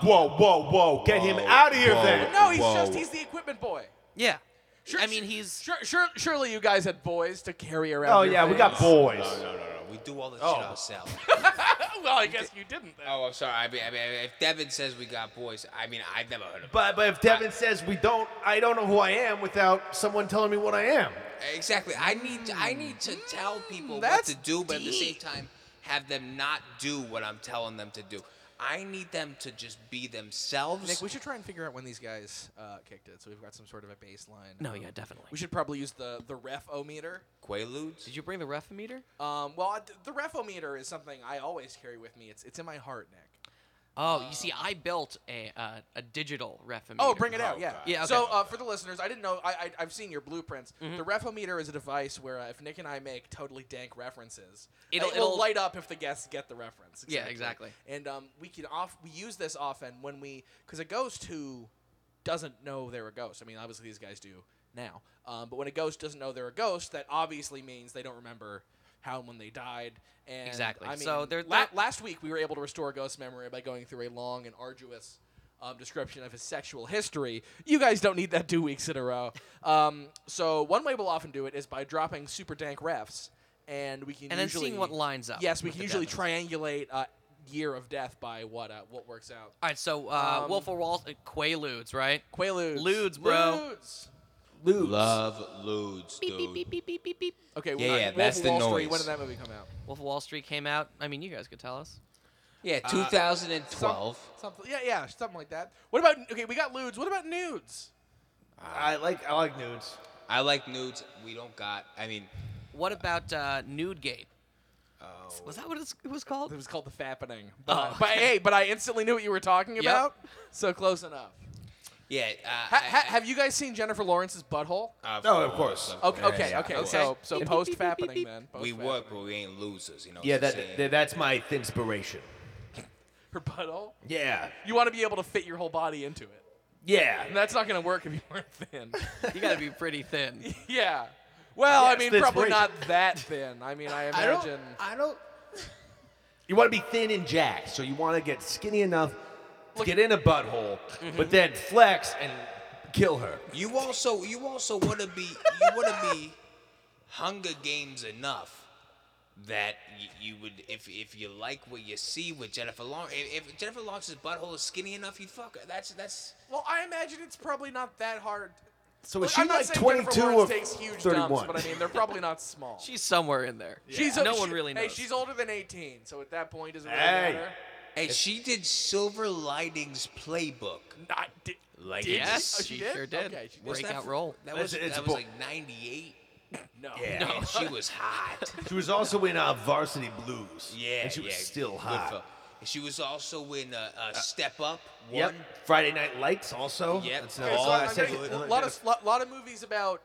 Whoa. whoa, whoa, whoa! Get him out of here, whoa. then. no, he's whoa. just he's the equipment boy. Yeah. Sure- I mean, he's Sure, sure, surely you guys had boys to carry around. Oh your yeah, we things. got boys. No, no, no, no. We do all this Oh. shit ourselves. Oh, well, I guess you didn't. Then. oh, I'm sorry. I mean, I mean, if Devin says we got boys, I mean, I've never heard of But but if Devin says we don't, I don't know who I am without someone telling me what I am. Exactly. I need to, I need to tell people what that's to do, but at the same deep. time, have them not do what I'm telling them to do. I need them to just be themselves. Nick, we should try and figure out when these guys uh, kicked it, so we've got some sort of a baseline. Um, no, yeah, definitely. We should probably use the the ref o meter. Quaaludes. Did you bring the ref meter? Um, well, I- the ref o meter is something I always carry with me. It's it's in my heart, Nick. Oh, you see, I built a uh, a digital ref meter. Uh, Oh, bring it out, yeah. Yeah, okay. So uh, for the listeners, I didn't know. I, I I've seen your blueprints. Mm-hmm. The refometer is a device where uh, if Nick and I make totally dank references, It'll- it it'll- will light up if the guests get the reference. Yeah, exactly. And um, we can off we use this often when we because a ghost who doesn't know they're a ghost. I mean, obviously these guys do now, um, but when a ghost doesn't know they're a ghost, that obviously means they don't remember. How and when they died, and Exactly. I mean, So there- la- that- last week we were able to restore ghost memory by going through a long and arduous um, description of his sexual history. You guys don't need that two weeks in a row. Um, so one way we'll often do it is by dropping super dank refs, and we can And then usually, seeing what lines up Yes, we with can the usually Devons. triangulate uh, year of death by what uh, what works out. All right, so uh, Um, Wolf of Wall, uh, Quaaludes, right? Quaaludes, Ludes, bro. Ludes. Lubes. Love loads, Beep, beep, dude. beep, beep, beep, beep, beep. Okay, Yeah, uh, yeah, Wolf that's of the Wall Street, noise. When did that movie come out? Wolf of Wall Street came out. I mean, you guys could tell us. Yeah, Uh, Some- 2012. Uh, something. Yeah, yeah, something like that. What about okay? We got lewds. What about nudes? I like I like nudes. I like nudes. We don't got. I mean, What about uh, Nude Gate? Oh. Was that what it's- it was called? It was called the fappening. But, Oh. but hey, but I instantly knew what you were talking about. So close enough. yeah. Uh, Ha- ha- have you guys seen Jennifer Lawrence's butthole? Oh, of course. Okay, course. okay, okay. Okay. So, so Beep, beep, post beep, beep, beep, fappening beep. then. We post-fappening. work, but we ain't losers. You know. Yeah, what I'm that, saying? that that's my inspiration. Her butthole. Yeah, You want to be able to fit your whole body into it. yeah. And that's not going to work if you weren't thin. You got to be pretty thin. yeah. Well, I Yes, mean, that's probably right. not that thin. I mean, I I don't. imagine. I don't. You want to be thin and jacked, so you want to get skinny enough to get in a butthole, Mm-hmm. but then flex and kill her. You also you also want to be you want to be Hunger Games enough that you, you would if if you like what you see with Jennifer Lawrence if, if Jennifer Lawrence's butthole is skinny enough you fuck her. That's that's Well, I imagine it's probably not that hard. So Look, is she I'm not like saying Jennifer 22 or Lawrence takes huge 31? dumps, but I mean, they're probably not small. She's somewhere in there. She's Yeah. a- no she- one really knows. Hey, she's older than 18, so at that point, doesn't really Hey. matter. and she did Silver Linings Playbook. Not did, Like did yes, Oh, she, she did? sure did. Okay, she did. What's that Breakout from? role. That was It's- it's that bo- was like 98. no. Yeah. And she was hot. She was also in uh, Varsity Blues. Yeah, and she was yeah, still good hot. fella. And she was also in uh, uh, Step Up. One. Yep. Friday Night Lights also. Yep. That's Okay, another so All I'm that classic. thinking a lot of lot, lot of movies about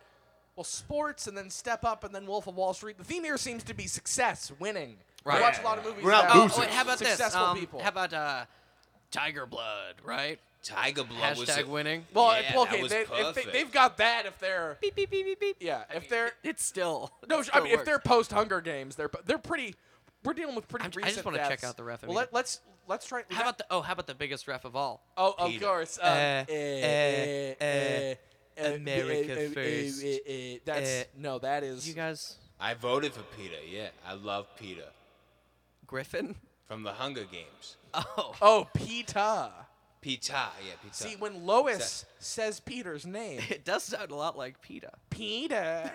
well sports, and then Step Up, and then Wolf of Wall Street. The theme here seems to be success, winning. I Right. watch a lot of movies. We're not about Oh, Losers. wait, how about this? successful Um, people? How about uh, Tiger Blood, right? Tiger Blood was Hashtag a- winning. well, Yeah, well, that okay, was they, if they, perfect. they've got that. If they're Beep, beep, beep, beep, beep. yeah, if they're It's still. No, it I still mean, if works. they're post Hunger Games, they're they're pretty. We're dealing with pretty I'm- I recent. just wanna check deaths. out the ref Well, immediately. let, let's let's try. we How got- about the oh? How about the biggest ref of all? Oh, of Peter. course. Um, Uh, eh, uh, eh, eh, eh, America eh, first. eh, eh, that's Eh. no, that is. You guys, I voted for Peter. Yeah, I love Peter Griffin. from the Hunger Games. Oh, oh, Peter. Peter, yeah, Peter. See, when Lois says Peter's name, it does sound a lot like PETA. Peter.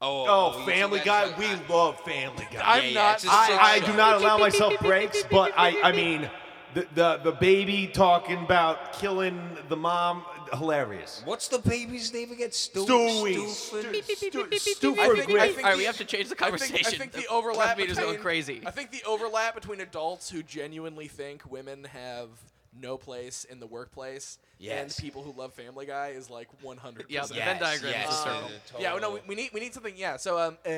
oh, Oh, you Family two guys Guy. are- We love Family Guy. I'm yeah, yeah, not- it's a I, sick I show. do not allow myself breaks, but I, I mean, the, the, the baby talking about killing the mom, hilarious. What's the baby's name again? Stu. Stewie. Stewie. Stu- I Stupid think- I Griff. think All right, the- we have to change the I think- conversation. I think, the overlap meter's between, going crazy. I think the overlap between adults who genuinely think women have no place in the workplace Yes. and people who love Family Guy is like 100. Yeah, percent the Venn diagram is a circle. Yeah, no, we, we need we need something. Yeah, so um, uh,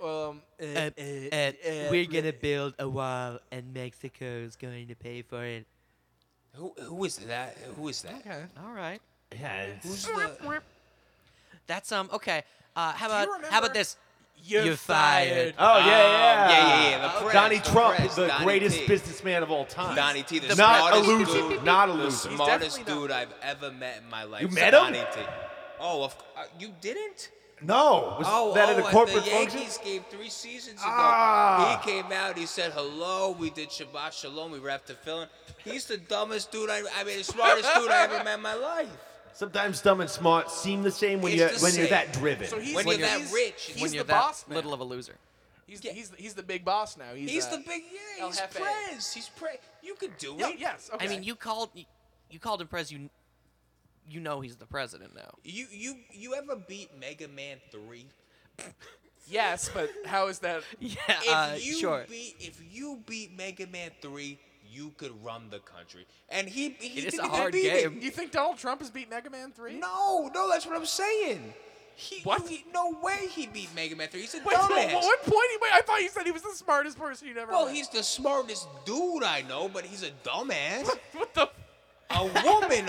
uh, um, uh, Eh, uh, uh, we're gonna build a wall, and Mexico's going to pay for it. Who, who is that? Who is that? Okay. All right, Yeah, it's- Who's the, that's um okay. Uh, how about how remember- about this? You're, You're fired. Oh yeah, Um, yeah, yeah, yeah, yeah, the press, Donnie the Trump, press, the Donnie greatest T. businessman of all time. Donnie T, the not a smartest loser, dude. not a the loser. He's smartest definitely not- dude I've ever met in my life. You met him? Somebody t- Oh, of, c- uh, you didn't? No, was Oh, that oh, at a the corporate function? Yankees game three seasons ago. Ah. He came out. He said hello. We did Shabbat Shalom. We wrapped the film. He's the dumbest dude. I, I mean, the smartest dude I ever met in my life. Sometimes dumb and smart seem the same when It's you the when you're same. that driven. So he's Oh. When the- you're that he's- rich, he's when when the you're that boss now. little of a loser. He's, he's, he's the big boss now. He's, He's uh, the big yeah. El He's Jefe. Prez. He's Prez. You could do Yeah, it. yes. Okay. I mean, you called you called him Prez. You you know he's the president now. You you you ever beat Mega Man three? Yes, but how is that? Yeah, If Uh, uh, you beat if you beat Mega Man three, you could run the country. And he he It is didn't a even hard beat it. game. You think Donald Trump has beat Mega Man Three? No, no, that's what I'm saying. He, What? he- no way he beat Mega Man 3. He's a Wait, so dumbass. at what point? He, wait, I thought you said he was the smartest person you'd ever. Well, met. he's the smartest dude I know, but he's a dumbass. what the? a woman,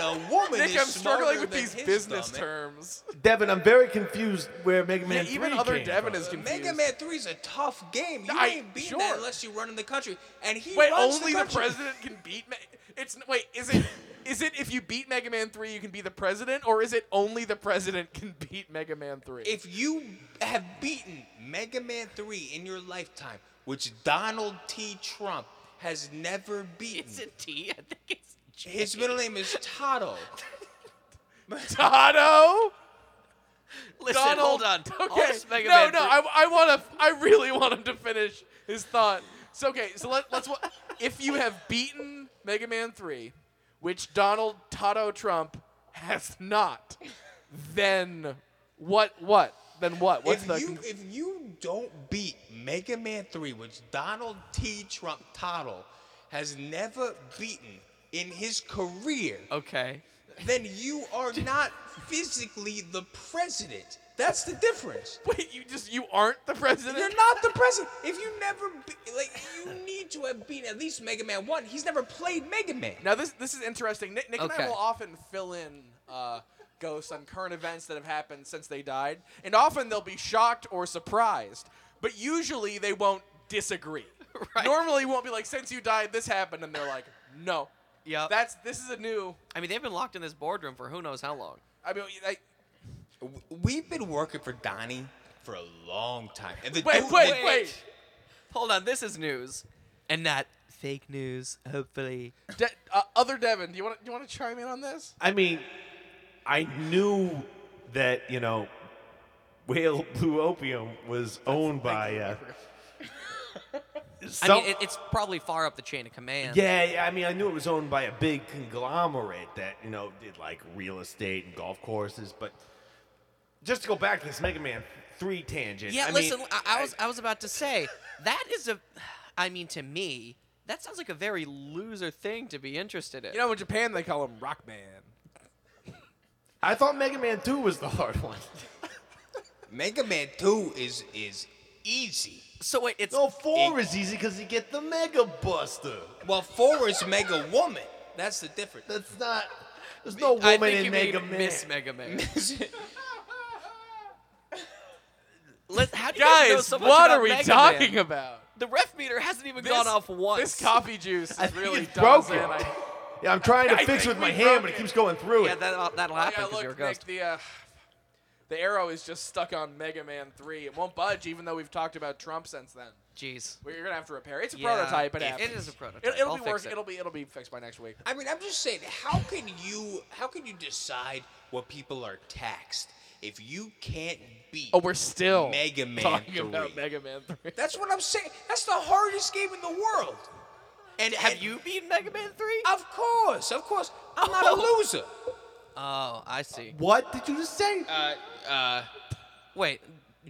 a woman Nick, is I'm struggling smarter with than these his business dumbass. terms. Devin, I'm very confused where Mega Man Yeah, even 3 other came Devin from. is confused. Mega Man 3 is a tough game. You I- ain't beating sure. that unless you run in the country. And he Wait, runs only the, the country. president can beat. Me- it's wait, is it? Is it if you beat Mega Man 3, you can be the president, or is it only the president can beat Mega Man 3? If you have beaten Mega Man 3 in your lifetime, which Donald T. Trump has never beaten, Is it T? I think it's J. His middle name is Tato. Dono? Listen, hold on. Okay. All this Mega no, Man no. three- I, I want to. I really want him to finish his thought. So okay. So let, let's. wa- if you have beaten Mega Man Three, which Donald Tato Trump has not, then what? What? Then what? What's If the? you con- if you don't beat Mega Man Three, which Donald T. Trump Toddle has never beaten in his career, Okay. then you are not physically the president. That's the difference. Wait, you just you aren't the president. You're not the president. If you never be, like, you need to have beaten at least Mega Man One. He's never played Mega Man. Now this this is interesting. Nick, Nick and I Okay. will often fill in uh, ghosts on current events that have happened since they died, and often they'll be shocked or surprised. But usually they won't disagree. Right. Normally, we won't be like, "Since you died, this happened," and they're like, "No." Yep. That's this is a new. I mean, they've been locked in this boardroom for who knows how long. I mean, I, W- We've been working for Donnie for a long time. And the wait, dude- wait, the- wait, Hold on. This is news. And not fake news, hopefully. De- uh, other Devin, do you want to you want to chime in on this? I mean, I knew that you know, Whale Blue Opium was owned by. Uh, I some- mean, it, it's probably far up the chain of command. yeah, yeah, I mean, I knew it was owned by a big conglomerate that you know did like real estate and golf courses. But just to go back to this Mega Man Three tangent. Yeah, I mean, listen, I, I was I was about to say that is a, I mean to me that sounds like a very loser thing to be interested in. You know, in Japan they call him Rockman. I thought Mega Man Two was the hard one. Mega Man Two is is easy. so wait, it's No, four is easy because you get the Mega Buster. Well, four is Mega Woman. That's the difference. That's not. There's no I woman think in you Mega mean Man. Miss Mega Man. Let- how do you guys, know Guys, so much what about are we Mega talking Man? about? The ref meter hasn't even This- gone off once. This coffee juice is I think really it's broken. done us in. I- Yeah, I'm trying to I fix think it with my we hand, broke but it it. keeps going through Oh, yeah, it. that, that'll happen Yeah, because look, you're a Nick, ghost. the uh, the arrow is just stuck on Mega Man Three. It won't budge, even though we've talked about Trump since then. Jeez. We're gonna have to repair. it. It's a Yeah, prototype. It, it- happens. it is a prototype. It'll, it'll I'll be fix work. it. It'll be it'll be fixed by next week. I mean, I'm just saying, how can you how can you decide what people are taxed if you can't beat? Oh, we're still Mega Man talking about 3. Mega Man Three. That's what I'm saying. That's the hardest game in the world. And have you beaten Mega Man Three? Of course, of course. I'm not a loser. Oh, I see. What did you just say? Uh, uh, Wait,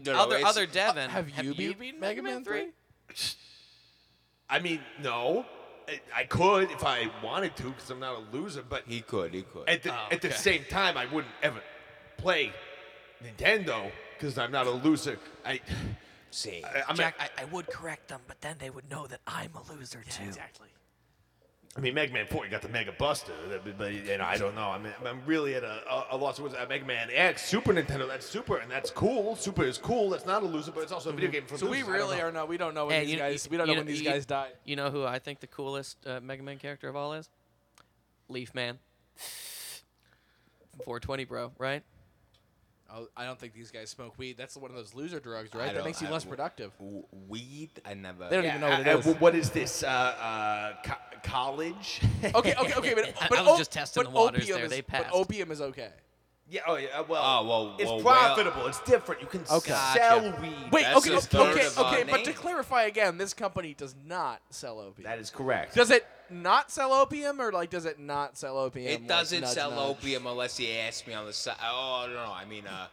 No, no, other it's- other Devin. have you beat Mega Man three? I mean, no. I, I could if I wanted to, because I'm not a loser. But he could, he could. at the, Oh, at the same time, I wouldn't ever play Nintendo because I'm not a loser. I, See, I, I'm Jack, a, I, I would correct them, but then they would know that I'm a loser too. Exactly. I mean, Mega Man 4, you got the Mega Buster, uh, but, but, you know, I don't know. I mean, I'm really at a, a, a loss of words. Uh, Mega Man X, Super Nintendo, that's super, and that's cool. Super is cool. That's not a loser, but it's also a Mm-hmm. video game. For So we losers. I don't really know. are no. We don't know when these guys. We don't know when these guys die. You know who I think the coolest uh, Mega Man character of all is? Leaf Man. 420, bro. Right? Oh, I don't think these guys smoke weed. That's one of those loser drugs, I right? That don't- makes you I- less productive. w- weed, I never. They don't Yeah, even know what it I- I- is. what is this? Uh, uh, co- college? Okay, okay, okay. But, I- but I was op- just testing but the waters opium there. is- They passed. But opium is okay. Yeah, oh yeah, uh, well, Oh, well, it's well, profitable. it's different. You can Okay. sell Gotcha. weed. Wait, That's okay, a okay, third okay, of, uh, okay, But to name. clarify again, this company does not sell opium. that is correct. does it not sell opium, or like does it not sell opium? It like, doesn't nudge, sell nudge? opium unless you ask me on the side. Oh no, no, I mean, uh,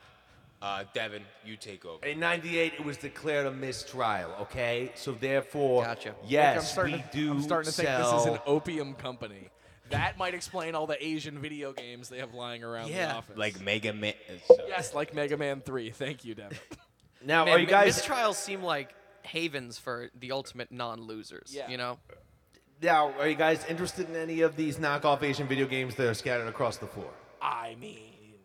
uh, Devin, you take over. in '98, it was declared a mistrial. Okay, so therefore, Gotcha. Like, I'm yes, starting we to, do I'm starting to think sell. this is an opium company. That might explain all the Asian video games they have lying around the Yeah. office. Like Mega Man. yes, like Mega Man Three. Thank you, Devin. now, Oh, Man, are you mi- guys mistrials seem like havens for the ultimate non-losers. Yeah. You know? now? Are you guys interested in any of these knockoff Asian video games that are scattered across the floor? I mean,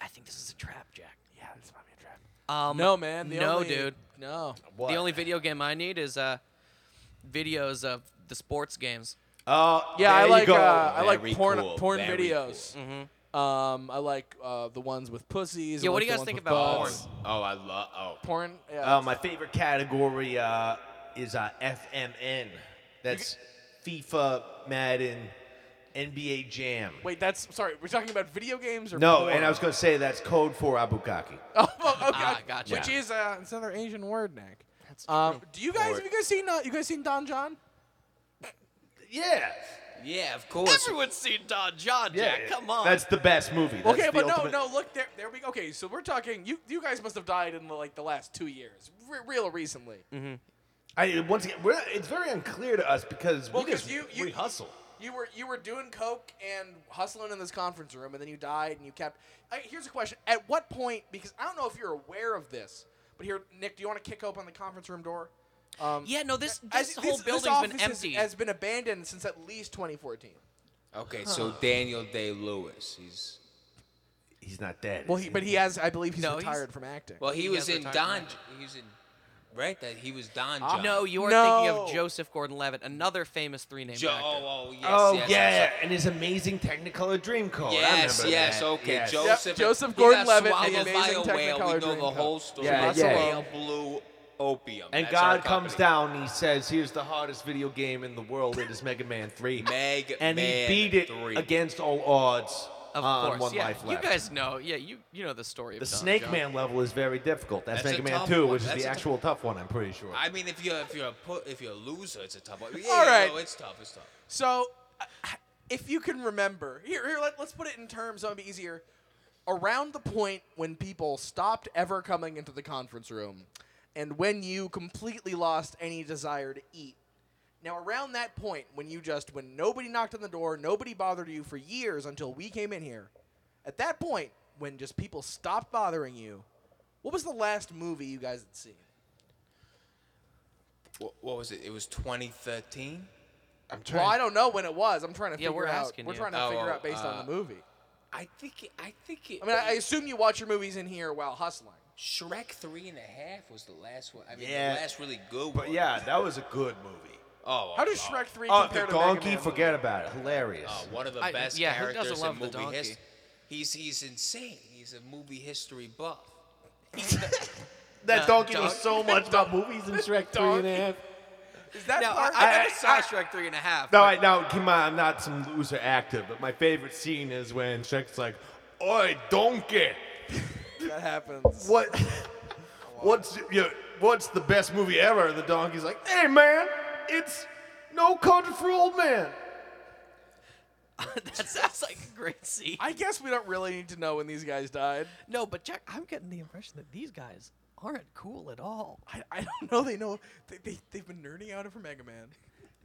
I think this is a trap, Jack. yeah, this might be a trap. Um, No, man. The No, only- dude. No. What? The only video game I need is uh, videos of the sports games. Uh, Yeah, I there you like uh, go. I like Very porn cool, porn very Mm-hmm. videos. Um, I like uh, the ones with pussies. I Yeah, like what do you the guys ones think with about butts. Oh, I love. Oh, Porn. Yeah. Uh, my favorite category uh, is uh, FMN. That's FIFA, Madden, NBA Jam. Wait, that's sorry. We're talking about video games or No, porn? and I was going to say that's code for abukaki. Oh, okay. Ah, gotcha. Which is uh, it's another Asian word, Nick. That's Um, do you guys Or- have you guys seen uh, you guys seen Don John? Yeah. Yeah, of course. Everyone's seen Don John, Yeah. Jack. Come on. That's the best movie. That's okay, the but ultimate- no, no. Look there, there we go. Okay, so we're talking. You you guys must have died in the, like the last two years, Re- real recently. I, once again, we're not, it's very unclear to us because Well, we 'cause just you- you- we hustle. You were you were doing coke and hustling in this conference room, and then you died, and you kept. I, here's a question: At what point? Because I don't know if you're aware of this, but here, Nick, do you want to kick open the conference room door? Um, yeah, no, this, as- this whole building's been office has- empty. Has, been abandoned since at least 2014. Okay, so Daniel Day Lewis. He's He's not dead. Well, is he, but he has. I believe he's No, he's- retired from acting. well, he, He has was in retired Don. now. He was in right that he was Don John. no, you are thinking No. of Joseph Gordon-Levitt, another famous three-name Jo- actor. oh, oh, yes, oh yes, yeah, yes, and his amazing Technicolor Dreamcoat. I Yes, remember yes, that. okay. Yes. Yep, Joseph, Joseph he got Gordon-Levitt, the swallowed by amazing a whale. We know Technicolor the Dreamcoat. whole story. Yeah, Russell yeah. Whale blew opium. And That's our God comes company. down and he says, Here's the hardest video game in the world. It is Mega Man 3. Meg and Man he beat it 3. against all odds Of on course, One yeah. Life you Left. guys know. Yeah, you you know the story. the of Don Snake John. Man level is very difficult. That's, That's a Mega Man tough 2, one. which is That's the a actual tough one, I'm pretty sure. I mean, if you're if you're a pu- if you're a loser, it's a tough one. Yeah, All yeah, right. no, it's tough. It's tough. So, uh, if you can remember, here, here let, us put it in terms so it'll be easier. Around the point when people stopped ever coming into the conference room, and when you completely lost any desire to eat. Now, around that point, when you just, when nobody knocked on the door, nobody bothered you for years until we came in here, at that point, when just people stopped bothering you, what was the last movie you guys had seen? What, what was it? It was 2013. I'm Well, I don't know when it was. I'm trying to Yeah, figure we're out. asking we're you. trying to Oh, figure out based on uh, the movie. I think it, I think it. I mean, I I assume you watch your movies in here while hustling. Shrek three and a half was the last one. I mean, Yeah. the last really good But one. yeah, that was a good movie. Oh, How does oh, Shrek 3 Oh, compare the to donkey, Mega Man? forget about it. Hilarious. Oh, one of the I- best yeah, who doesn't characters love in the movie donkey? history. He's he's insane. He's a movie history buff. that donkey knows donkey- so much about movies in Shrek 3 and a half. Is that Now, I, part? I I- never saw I- Shrek three and a half. No, but- I, no, come on, I'm not some loser actor, but my favorite scene is when Shrek's like, Oi, donkey! that happens. What? What's your, what's the best movie ever? And the donkey's like, Hey, man, it's No Country for Old Man. that sounds like a great scene. I guess we don't really need to know when these guys died. No, but Jack, I'm getting the impression that these guys aren't cool at all. I, I don't know. They know they, they they've been nerding out over Mega Man.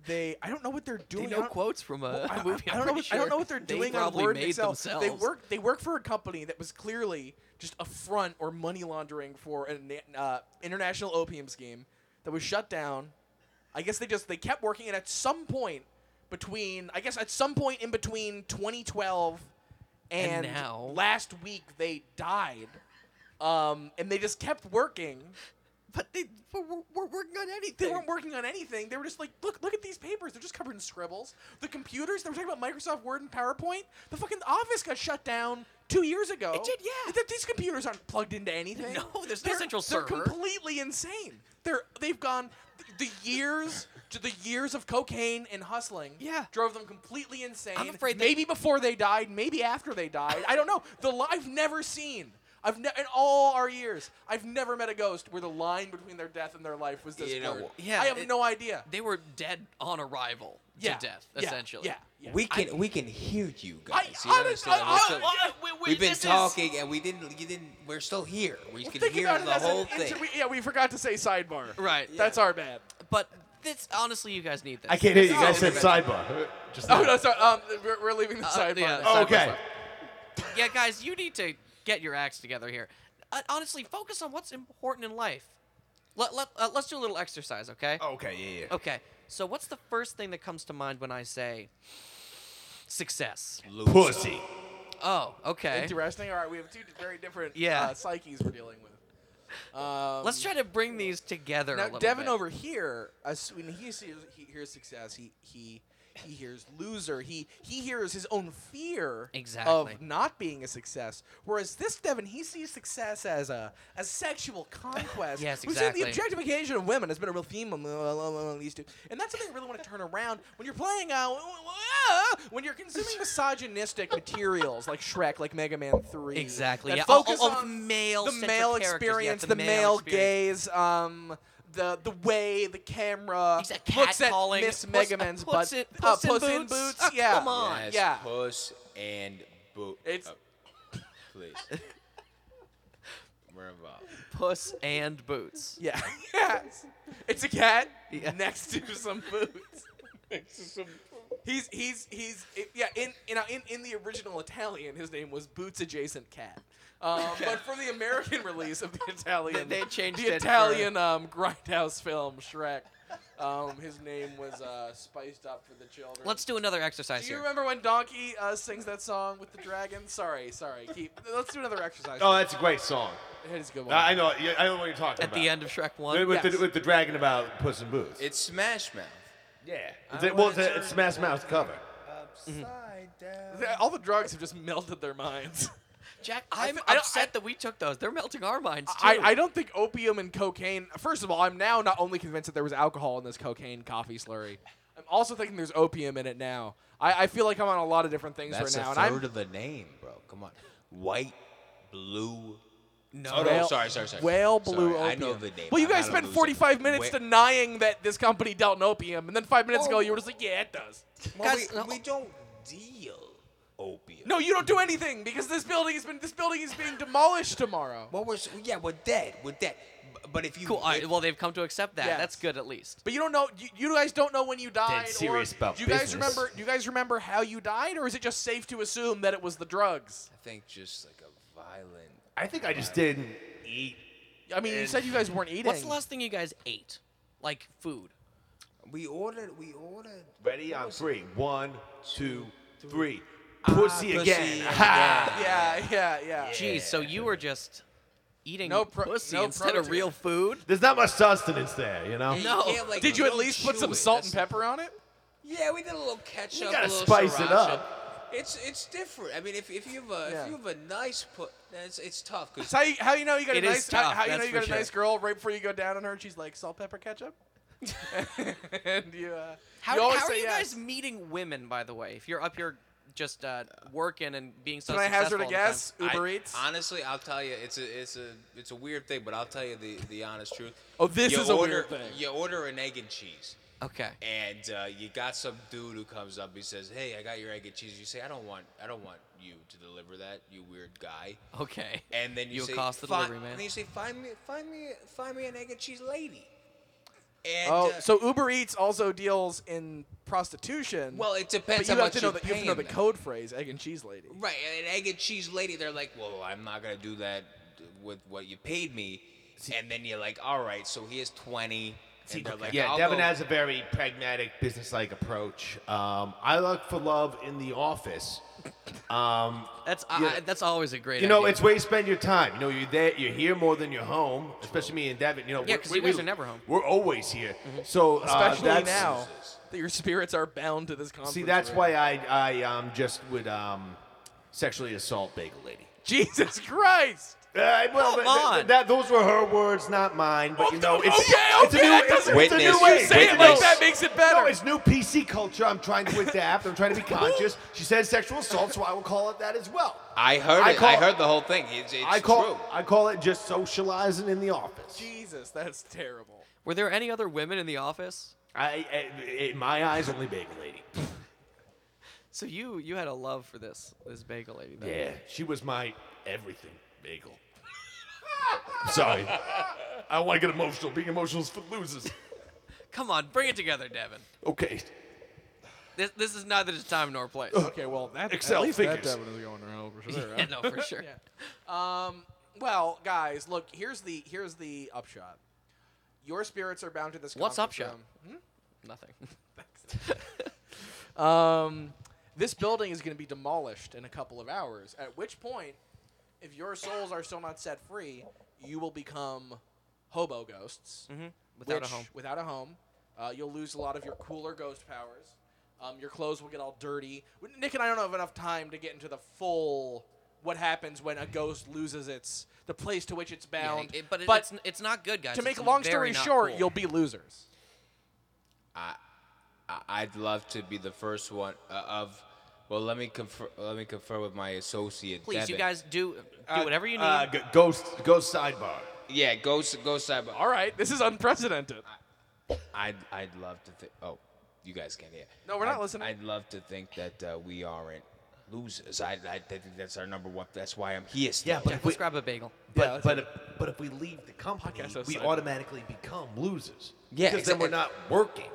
They I don't know what they're doing. They I know don't- quotes from a, I, a movie. I I'm don't know. pretty What, I don't know sure what they're they doing on probably Word and made Excel. themselves. They work. They work for a company that was clearly just a front or money laundering for an uh, international opium scheme that was shut down. I guess they just they kept working, and at some point between, I guess at some point in between 2012 and, And now. last week, they died. Um, and they just kept working. but they were, were working on They anything. weren't working on anything. They were just like, look, look at these papers. They're just covered in scribbles. The computers. They were talking about Microsoft Word and PowerPoint. The fucking office got shut down two years ago. It did, yeah. Th- these computers aren't plugged into anything. No, there's no They're- central They're server. completely insane. They're they've gone th- the years to the years of cocaine and hustling. Yeah. drove them completely insane. I'm afraid that- maybe before they died, maybe after they died. I don't know. The li- I've never seen. I've ne- in all our years, I've never met a ghost where the line between their death and their life was this You know, blurred. yeah, I have it- no idea. They were dead on arrival Yeah, to death, yeah, essentially. Yeah, yeah. We can we can hear you I, guys. you I, understand? I- We're I- still- I- we- we- We've been this is- talking and we didn't you didn't. We're still here. We Well, can think hear about it the as an whole inter- thing. we- yeah, we forgot to say sidebar. Right. That's our bad. But this, honestly, you guys need this. I can't hear you. Oh, guys said okay. sidebar. Just Oh no, sorry. Um, we're, we're leaving the Uh, sidebar. yeah, now. sidebar. okay. yeah, guys, you need to get your acts together here. Uh, honestly, focus on what's important in life. Let, let, uh, let's do a little exercise, okay? Okay, yeah, yeah. Okay, so what's the first thing that comes to mind when I say success? Pussy. Oh, okay. Interesting. All right, we have two very different Yeah. uh, psyches we're dealing with. Um, Let's try to bring these together a Now, little Devin bit. over here, as when he sees he hears success, he he He hears loser. He he hears his own fear Exactly. of not being a success. Whereas this Devin, he sees success as a as sexual conquest. Yes, We've seen the exactly. objectification of women has been a real theme among these two, and that's something I really want to turn around when you're playing. Uh, when you're consuming misogynistic materials like Shrek, like Mega Man Three, Exactly, that yeah. Oh, oh, focus oh, on male the centric male characters, yeah, experience, the the, male male experience. gaze, um, the the way the camera He's a looks at catcalling. Miss Puss- Mega Man's Puss butt. in- uh, Puss in Boots? Oh, yeah. come on. Yes, Yeah. Puss and boot. It's- please. We're involved. Puss and boots. Yeah. yes. It's a cat next to some boots. He's he's he's it- yeah in in, uh, in in the original Italian his name was Boots Adjacent Cat, um, but for the American release of the Italian They- they changed the it for- Italian um, grindhouse film Shrek, um, his name was uh, spiced up for the children. Let's do another exercise Do you here. remember when Donkey uh, sings that song with the dragon? Sorry, sorry. Keep. Let's do another exercise. Oh, that's a great song. it is a good one. I I know. yeah, I know what you're talking At about. the end of Shrek With, 1. with Yes. the, with the dragon about Puss in Boots. It's Smash Mouth. yeah. I It's, well, wanna it's, a- it's turn Smash Mouth cover. Upside down. All the drugs have just melted their minds. Jack, I I'm th- I don't- upset I- that we took those. They're melting our minds, too. I, I don't think opium and cocaine. First of all, I'm now not only convinced that there was alcohol in this cocaine coffee slurry, I'm also thinking there's opium in it now. I, I feel like I'm on a lot of different things That's right now, a and I'm third of a name, bro. Come on. White, blue. No. Oh, no, Whale- sorry, sorry, sorry. Whale blue Sorry, opium. I know the name. Well, you I'm guys not a spent loser. 45 minutes Wha- denying that this company dealt in opium, and then five minutes Oh. ago you were just like, yeah, it does. Well, Guys, we, no. we don't deal opium. No, you don't do anything because this building has been this building is being demolished tomorrow. Well, we're s- yeah, we're dead. We're dead. B- But if you Cool. I, if- well, they've come to accept that. Yes. That's good, at least. But you don't know. You, you guys don't know when you died. or- serious about do you guys business. remember? Do you guys remember how you died, or is it just safe to assume that it was the drugs? I think just like a violent. I think I just didn't eat. I mean, you And- said you guys weren't eating. What's the last thing you guys ate? Like food. We ordered. We ordered. Ready on three. One, two, three. Pussy again. Ah, pussy Ha! Ah. Yeah, yeah, yeah. Jeez, so you were just eating No pro- pussy no instead of protein. real food? There's not much sustenance there, you know. Yeah, No. can't, like, Did you at really least put chew some it. salt and That's- pepper on it? Yeah, we did a little ketchup. You gotta a little spice it sriracha. up. It's it's different. I mean, if, if you have a Yeah. if you have a nice put, it's it's tough because It's how you, how you know you got It a is nice how- tough, how, you that's know you for got a nice sure. girl right before you go down on her and she's like salt pepper ketchup. and you uh, How, you always how are say you yes. guys meeting women, by the way? If you're up here just uh, working and being so Can I successful hazard a all the time. guess? Uber I- Eats. Honestly, I'll tell you, it's a it's a it's a weird thing, but I'll tell you the, the honest truth. Oh, this You is a weird order- thing. You order an egg and cheese, Okay. and uh, you got some dude who comes up. He says, "Hey, I got your egg and cheese." You say, "I don't want I don't want you to deliver that, you weird guy." Okay. And then you, You say, accost the "Fi- delivery man." And then you say, "Find me find me find me an egg and cheese lady." And, Oh, uh, so Uber Eats also deals in prostitution. well, it depends but you have how much to know you're the, you have to know paying the them. code phrase egg and cheese lady. Right, an egg and cheese lady. They're like, "Well, I'm not gonna do that with what you paid me." And then you're like, "All right, so here's twenty. And they're like, yeah, I'll Devin go- has a very pragmatic, business-like approach. Um, I look for love in the office. Um, That's I, Yeah. I- that's always a great you know, idea. it's where you spend your time. You know, you're there, you're here more than you're home. Especially me and Devin. You know, Yeah, we're- 'cause we- you guys we- are never home. We're always here. So uh, Mm-hmm. Especially that's- now that your spirits are bound to this conference. See, that's room. why I I um, just would um, sexually assault bagel lady. Jesus Christ! Uh, Come well, th- th- on. that, those were her words, not mine. But you know, it's, Oh, okay, it's a okay, new, that it's, doesn't- it's a Witness, new way. You say it like Witness. that makes it better. No, it's new PC culture. I'm trying to adapt. I'm trying to be conscious. She said sexual assault, so I will call it that as well. I heard I it. I call- heard the whole thing. It's, it's I call true. I call it just socializing in the office. Jesus, that's terrible. Were there any other women in the office? I, I in my eyes only bagel lady. So you you had a love for this this bagel lady. Then. Yeah, she was my everything bagel. Sorry, I don't want to get emotional. Being emotional is for losers. Come on, bring it together, Devin. Okay, This this is neither the time nor place. Okay, well, that Excel at least figures. that Devin is going around for sure. yeah, no, for sure. Um, well, guys, look. Here's the here's the upshot. Your spirits are bound to this. What's conference upshot? Nothing. room. Um, this building is going to be demolished in a couple of hours. At which point, if your souls are still not set free, you will become hobo ghosts. Mm-hmm. Without a which- home. Without a home, uh, you'll lose a lot of your cooler ghost powers. Um, your clothes will get all dirty. Nick and I don't have enough time to get into the full what happens when a ghost loses its the place to which it's Yeah, bound. it- but it, it's, n- it's not good, guys. to make a It's long story very not short, cool. you'll be losers. I- I'd love to be the first one uh, of. Well, let me confer. Let me confer with my associate. Please, you Devin. guys do do whatever you need. Uh, g- ghost, ghost sidebar. Yeah, go s- go side. by- All right, this is unprecedented. I'd I'd love to think. Oh, you guys can't hear. No, we're not I'd- listening. I'd love to think that uh, we aren't losers. I, I think that's our number one. That's why I'm here. Still. Yeah, but Jeff, if we, let's grab a bagel. Yeah, but let's- but if, but if we leave the company, Podcast has we sidebar. automatically become losers. Yeah, because then we're not exact- working.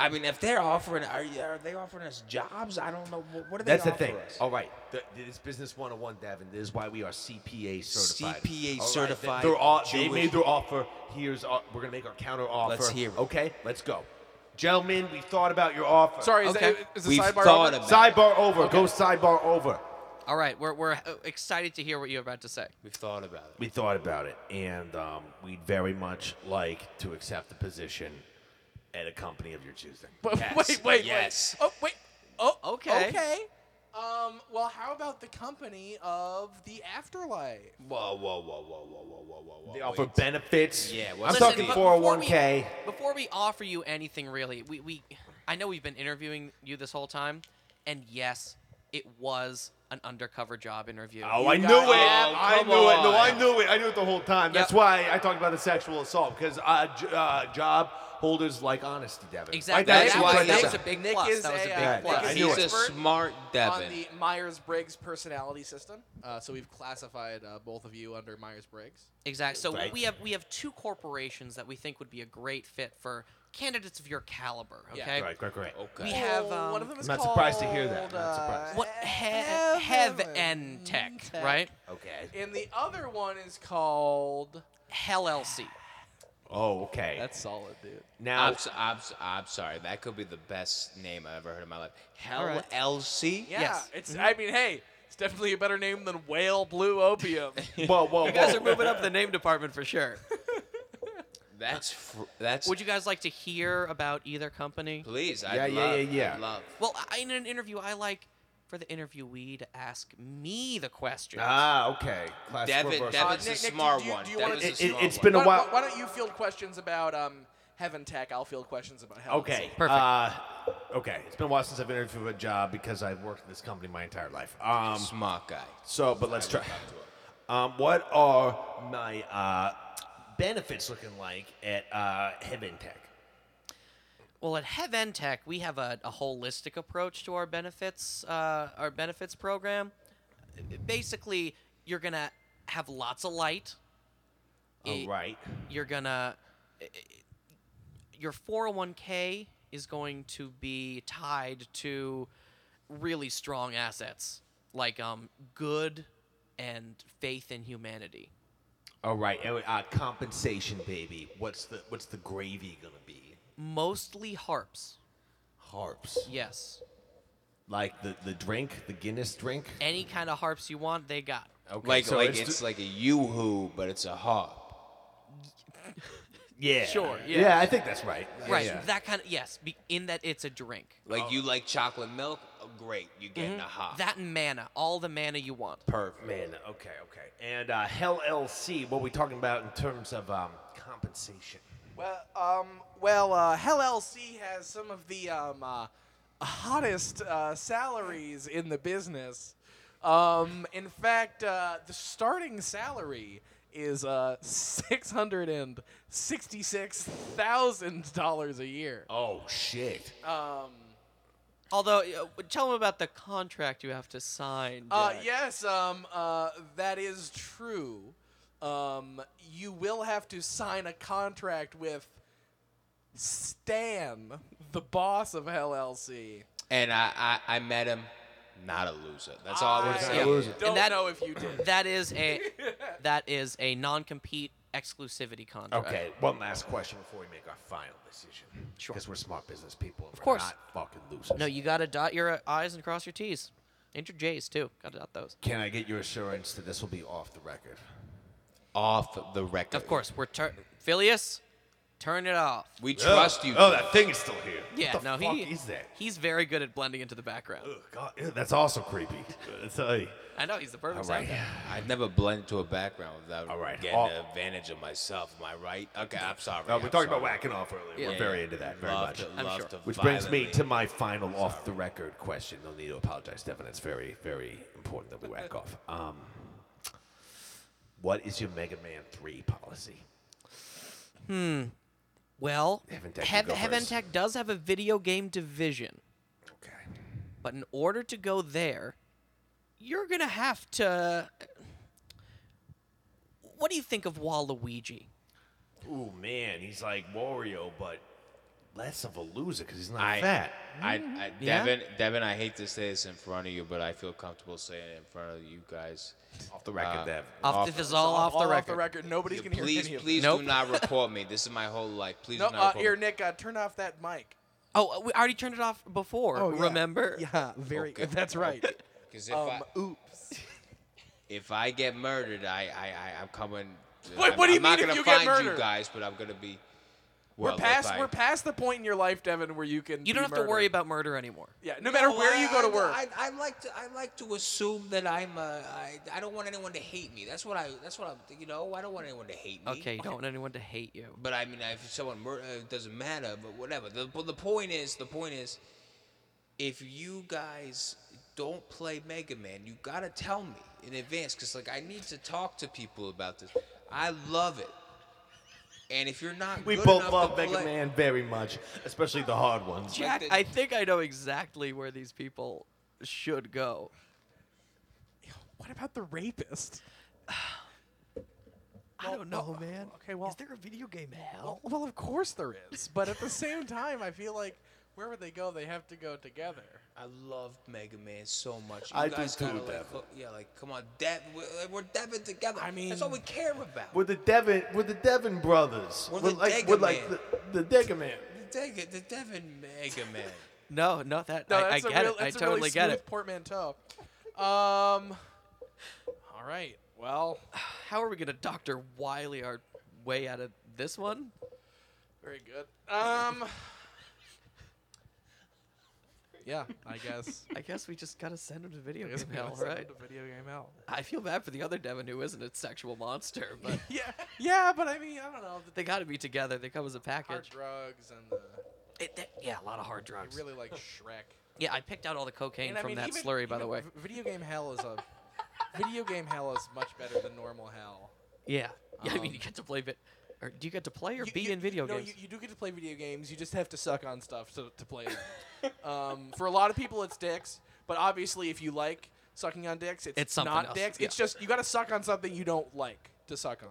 I mean, if they're offering, are, you- are they offering us jobs? I don't know. What, what are they That's the offering thing. us? All right, Th- this business 101, Davin. This is why we are CPA certified. CPA All right, certified They're all, they Jewish- made their offer. Here's our, we're gonna make our counter offer. Let's hear it. Okay, let's go, gentlemen. We thought about your offer. Sorry, is, Okay. that, is the We've sidebar thought over? about- Sidebar over. Go sidebar over. All right, we're, we're uh, excited to hear what you're about to say. We've thought about it. We thought about it, and um, we'd very much like to accept the position at a company of your choosing. But Yes, wait, wait, yes. wait. Oh, wait. Oh, Okay. Okay. Um, well, how about the company of the afterlife? Whoa, whoa, whoa, whoa, whoa, whoa, whoa, whoa. They wait. offer benefits. Yeah, I'm what's- Listen, talking but 401k. Before we, before we offer you anything, really, we, we I know we've been interviewing you this whole time, and yes, it was an undercover job interview. Oh, I You knew it. got- Oh, I come knew it. No, I on. knew it. I knew it the whole time. That's Yep. why I talked about the sexual assault because uh, j- uh, job holders like honesty, Devin. Exactly. Right, that's That why. was- that's that was a big Nick plus. is That was a a, big uh, plus. Nick is I knew an it. He's a expert smart On Devin. the Myers Briggs personality system, uh, so we've classified uh, both of you under Myers Briggs. Exactly. So Right. we have we have two corporations that we think would be a great fit for candidates of your caliber. Yeah. Okay. Right, correct, correct. okay. We have um, one of them is I'm not surprised to hear called, that. I'm not surprised. what uh, hev, hev Heaven and tech, right? Okay. And the other one is called. Hell LC. Oh, okay. solid, dude. now. I'm, s- I'm, s- I'm sorry. That could be the best name I've ever heard in my life. Hell right. LC. Yeah, Yes. Mm-hmm. it's. I mean, hey, it's definitely a better name than Whale Blue Opium. Whoa, whoa, You guys whoa. are moving up the name department for sure. That's fr- that's. Would you guys like to hear about either company? please? I'd Yeah, yeah, love, yeah, yeah. I'd love. Well, I, in an interview, I like for the interviewee to ask me the question. Ah, okay. Class Devin, reversal. Devin's Uh, a Nick- Nick, smart do you- one. do you wanna- Devin's a It- it- smart it's one. been a why, while. why don't you field questions about um, Heaven Tech? I'll field questions about Heaven. Okay. Perfect. Uh, okay. It's been a while since I've interviewed for a job because I've worked in this company my entire life. Um, smart guy. so, but let's try. Um, what are my uh, benefits looking like at uh, Heaven Tech? Well, at Heaven Tech, we have a, a holistic approach to our benefits, uh, our benefits program. Basically, you're gonna have lots of light. All Y- right. You're gonna eh, your 401k is going to be tied to really strong assets like um good and faith in humanity. All right. and, Uh, compensation, baby. What's the What's the gravy gonna be? Mostly harps. Harps. Yes. Like the the drink, the Guinness drink. Any kind of harps you want, they got. Okay. like so like it's, it's d- like a yoo-hoo, but it's a harp. yeah. sure, yeah. Yeah. I think that's right. Right. Yeah. That kind of yes, be, in that it's a drink. Like Oh. you like chocolate milk? Oh, great, you're getting a harp. Mm-hmm. That and mana, all the mana you want. perfect. Man. Okay. Okay. And uh, Hell LC. What are we talking about in terms of um, compensation? Well, um, well, uh, Hell LC has some of the um, uh, hottest uh, salaries in the business. Um, in fact, uh, the starting salary is uh, six hundred and sixty-six thousand dollars a year. Oh shit. Uh-huh. Um, Although, uh, tell them about the contract you have to sign. uh, Jack. yes, um, uh, that is true. Um, you will have to sign a contract with Stan, the boss of Hell LC. And I, I I met him. Not Oh, a loser. That's all I was I saying. loser. Don't And that- know if you did. That is a that is a non-compete exclusivity contract. Okay, one last question before we make our final decision. Sure. Because we're smart business people. And of course. We're not fucking losers. No, you gotta dot your I's and cross your T's. And your J's too. Gotta dot those. Can I get your assurance that this will be off the record? Off the record. Of course, we're ter- Phileas. Turn it off. We trust you. Oh, that thing is still here. Yeah, what the no, fuck he is that? He's very good at blending into the background. Ugh, God, ew, that's also creepy. It's, uh, I know he's the perfect all right. sound guy. I'd never blend into a background without All right, getting all- the advantage of myself. Am I right? Okay, I'm sorry. No, we I'm talked about sorry. whacking off earlier. Yeah, We're yeah, very into that, very Love much. to- I'm love sure. to Which brings me violently- to my final off the record question. No need to apologize, Stefan. It's very, very important that we whack off. Um, what is your Mega Man 3 policy? Well, Heventech, you Hev- E go first. Heventech does have a video game division, Okay. but in order to go there, you're gonna have to. What do you think of Waluigi? Ooh, man. He's like Wario, but less of a loser because he's not I, fat. I, I Mm-hmm. Yeah? Devin, Devin, I hate to say this in front of you, but I feel comfortable saying it in front of you guys. Off the record, Uh, Dev. Off, Off- this is all off, the all record. off the record. Nobody's gonna hear please, any of please Nope. do not report me. This is my whole life. Please No, do not uh, report here, me. Nick, uh, turn off that mic. Oh, uh, we already turned it off before. remember? Oh, Yeah, very Okay. good. That's right. 'Cause um, if, I, oops. if I get murdered, I, I, I I'm coming. What- I'm, what do you I'm not mean if gonna you get find you murdered? guys, but I'm gonna be. We're well, if past I- we're past the point in your life, Devin, where you can You don't be have to worry murdered. about murder anymore. Yeah, no matter where I- you go to I- work. I, I like to I like to assume that I'm uh, I, I don't want anyone to hate me. That's what I that's what I'm you know I don't want anyone to hate me. Okay, you don't want anyone to hate you. But I mean, if someone mur- uh, it doesn't matter. But whatever. The but the point is the point is, if you guys don't play Mega Man, you gotta tell me in advance because like I need to talk to people about this. I love it. And if you're not, We good both enough love to Mega play- Man very much, especially the hard ones. Jack, the- I think I know exactly where these people should go. what about the rapist? I don't know, well, man. okay, well- is there a video game Well, hell? Oh, well, of course there is, but at the same time, I feel like wherever they go, they have to go together. I love Mega Man so much. You I do guys too, gotta, Devin. like, hook- yeah, like come on, Dev, we're, we're Devin together. I that's all mean- we care about. We're the Devin, we're the Devin brothers. We're the like, Dega we're like Man. the, the Dega Man. the, Dega, the Devin Mega Man. No, no, that No, I, I that's a get real, it. I that's a totally really get smooth it. portmanteau. Um, all right. Well, How are we gonna Doctor Wiley our way out of this one? very good. Um, yeah, I guess. I guess we just gotta send him to video I guess game we gotta hell, send right? the video game hell. I feel bad for the other Devin who isn't a sexual monster, but Yeah, yeah, but I mean, I don't know. The they gotta be together. They come as a hard package. drugs and the It- that- yeah, a lot of hard drugs. I really like Shrek. yeah, I picked out all the cocaine I from mean, that even- slurry, by even the way. v- Video game hell is a video game hell is much better than normal hell. Yeah. Yeah, I mean, Um, you get to play, vi- or do you get to play or You- be you- in video no, games? you, you do get to play video games. You just have to suck on stuff to, to play. them. um, for a lot of people, it's dicks. But obviously, if you like sucking on dicks, it's, It's something not else, dicks. yeah. It's just you got to suck on something you don't like to suck on.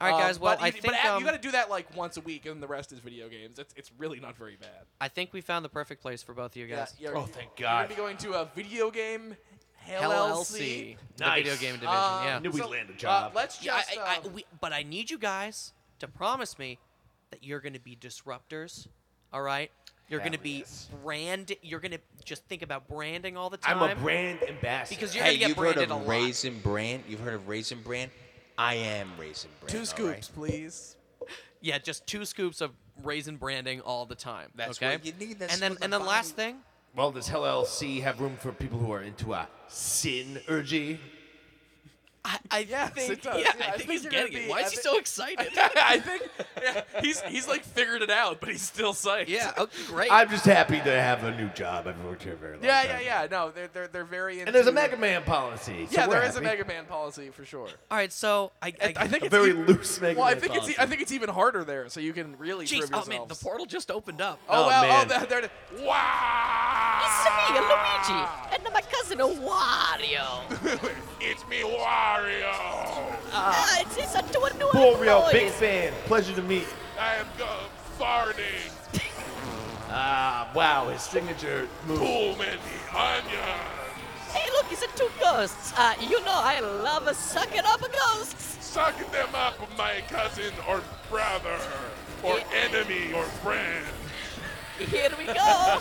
All right, Um, guys, well, but I you, think, but a- um, you got to do that like once a week, and the rest is video games. It's it's really not very bad. I think we found the perfect place for both of you guys. Yeah, Oh, you're- thank You're gonna God. be going to a video game hell LLC, the video Nice. game division. Um, yeah. Knew we'd so, land a uh, job. let's Yeah, just. I, I, um, we, but I need you guys to promise me that you're going to be disruptors. All right, you're going to Hell be yes. brand. You're going to just think about branding all the time. I'm a brand ambassador. because you're Hey, going to get you've heard branded a of lot. Raisin Brand? You've heard of Raisin Brand? I am Raisin Brand. Two all scoops, right? please. Yeah, just two scoops of raisin branding all the time. That's okay. what you need, that's and then what the and then last body- thing, Well, does Hell LLC have room for people who are into a sin urgy? I, I Yes, think it does. yeah, Yeah, I, I think, think he's you're gonna getting it. be- Why I is he think- so excited? I think yeah, he's he's like figured it out, but he's still psyched. yeah. Okay, great. I'm just happy to have a new job. I've worked here a very long Yeah, time. yeah, yeah. No, they're they're they're very. Into, And there's a Mega Man policy. so Yeah, we're there is a happy. Mega Man policy for sure. all right. So I I, I think A it's very even- loose Mega Well, I Man think it's e- policy. I think it's even harder there, so you can really Jeez, prove oh yourself. man, the portal just opened up. oh, Oh, wow! man. Oh, there, there it is. Wow! and my cousin Wario. It's me, Wario. Ah, it's just a doing noise. Boreal, big fan. Pleasure to meet. I am go- farting. Ah, wow, his signature move. Hey, look, it's a two ghosts. Uh, you know I love sucking up ghosts. sucking them up, my cousin or brother or enemy or friend. Here we go.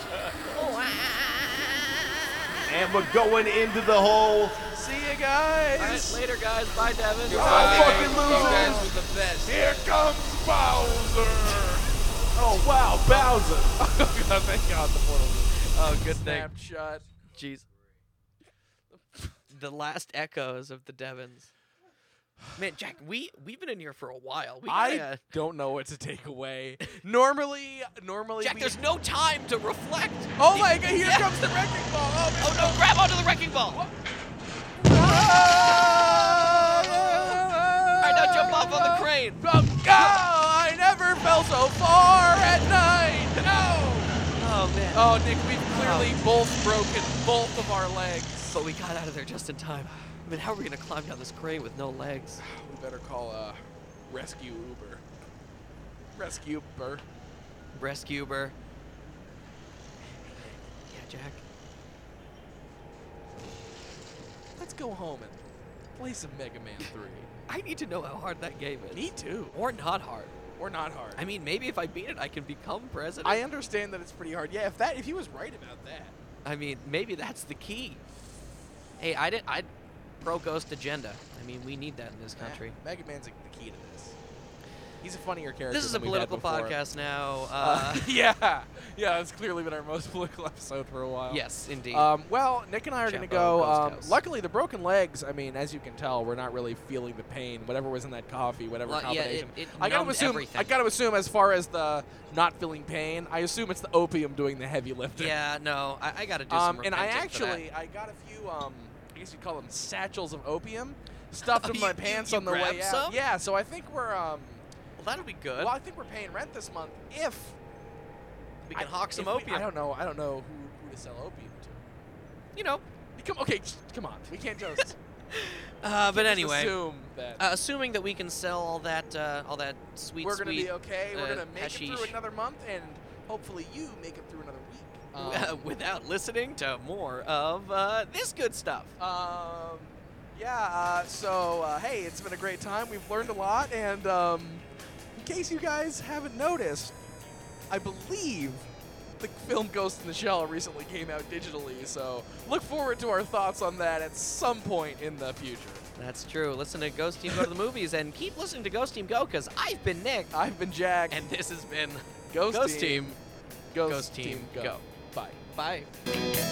And we're going into the hole. See you guys. Later, guys. Bye, Devin. Bye. fucking You guys were the best. Here comes Bowser. Oh wow, Bowser! Thank God the portal. Oh, good thing. Snapshot. Jeez. the last echoes of the Devons. Man, Jack, we we've been in here for a while. We I gotta- don't know what to take away. Normally, normally. Jack, we- there's no time to reflect. Oh my God! Here comes the wrecking ball. Oh, man. Oh no! Grab onto the wrecking ball. All right, now jump off on the crane. Oh, God, I never fell so far at night. No. Oh man. Oh. Oh, Nick, we've clearly both broken both of our legs. But we got out of there just in time. I mean, how are we gonna climb down this crane with no legs? We better call a rescue Uber. Rescue Uber. Rescue Uber. Yeah, Jack. Let's go home and play some Mega Man 3. I need to know how hard that game is. Me too. Or not hard. Or not hard. I mean, maybe if I beat it, I can become president. I understand that it's pretty hard. Yeah, if that if he was right about that. I mean, maybe that's the key. Hey, I did. I pro ghost agenda. I mean, we need that in this country. Yeah, Mega Man's the key to this. He's a funnier character. This is a than we've had political before. podcast now. Uh, Uh, yeah, yeah, it's clearly been our most political episode for a while. Uh, yes, indeed. Um, well, Nick and I are going to Chapo, go. Ghost Um, House. luckily, the broken legs. I mean, as you can tell, we're not really feeling the pain. Whatever was in that coffee, whatever Well, yeah, it- combination. it I gotta numbed assume. everything. I gotta assume, as far as the not feeling pain, I assume it's the opium doing the heavy lifting. yeah, no, I, I got to do Um, some. and I repenting for that. actually, I got a few. Um, I guess you'd call them satchels of opium, stuffed Oh, in you- my you- pants you on the way grabbed some? out. Yeah, so I think we're. Um, Well, that'll be good. well, I think we're paying rent this month if we can I- hawk some if we- opium. Uh, I don't know. I don't know who, who to sell opium to. you know. Come, okay, just- come on. We can't just. just Uh, but anyway, assume that uh, assuming that we can sell all that, uh, all that sweet, we're sweet. gonna be okay. uh, we're gonna make it through hashish. another month, and hopefully you make it through another week. Uh, without listening to more of uh, this good stuff. Um, yeah, uh, so uh, hey, it's been a great time. We've learned a lot, and um, in case you guys haven't noticed, I believe the film Ghost in the Shell recently came out digitally, so look forward to our thoughts on that at some point in the future. That's true. Listen to Ghost Team Go to the movies and keep listening to Ghost Team Go because I've been Nick. I've been Jack, And this has been Ghost, Ghost Team, Team Ghost, Ghost Team Go. Bye. Bye.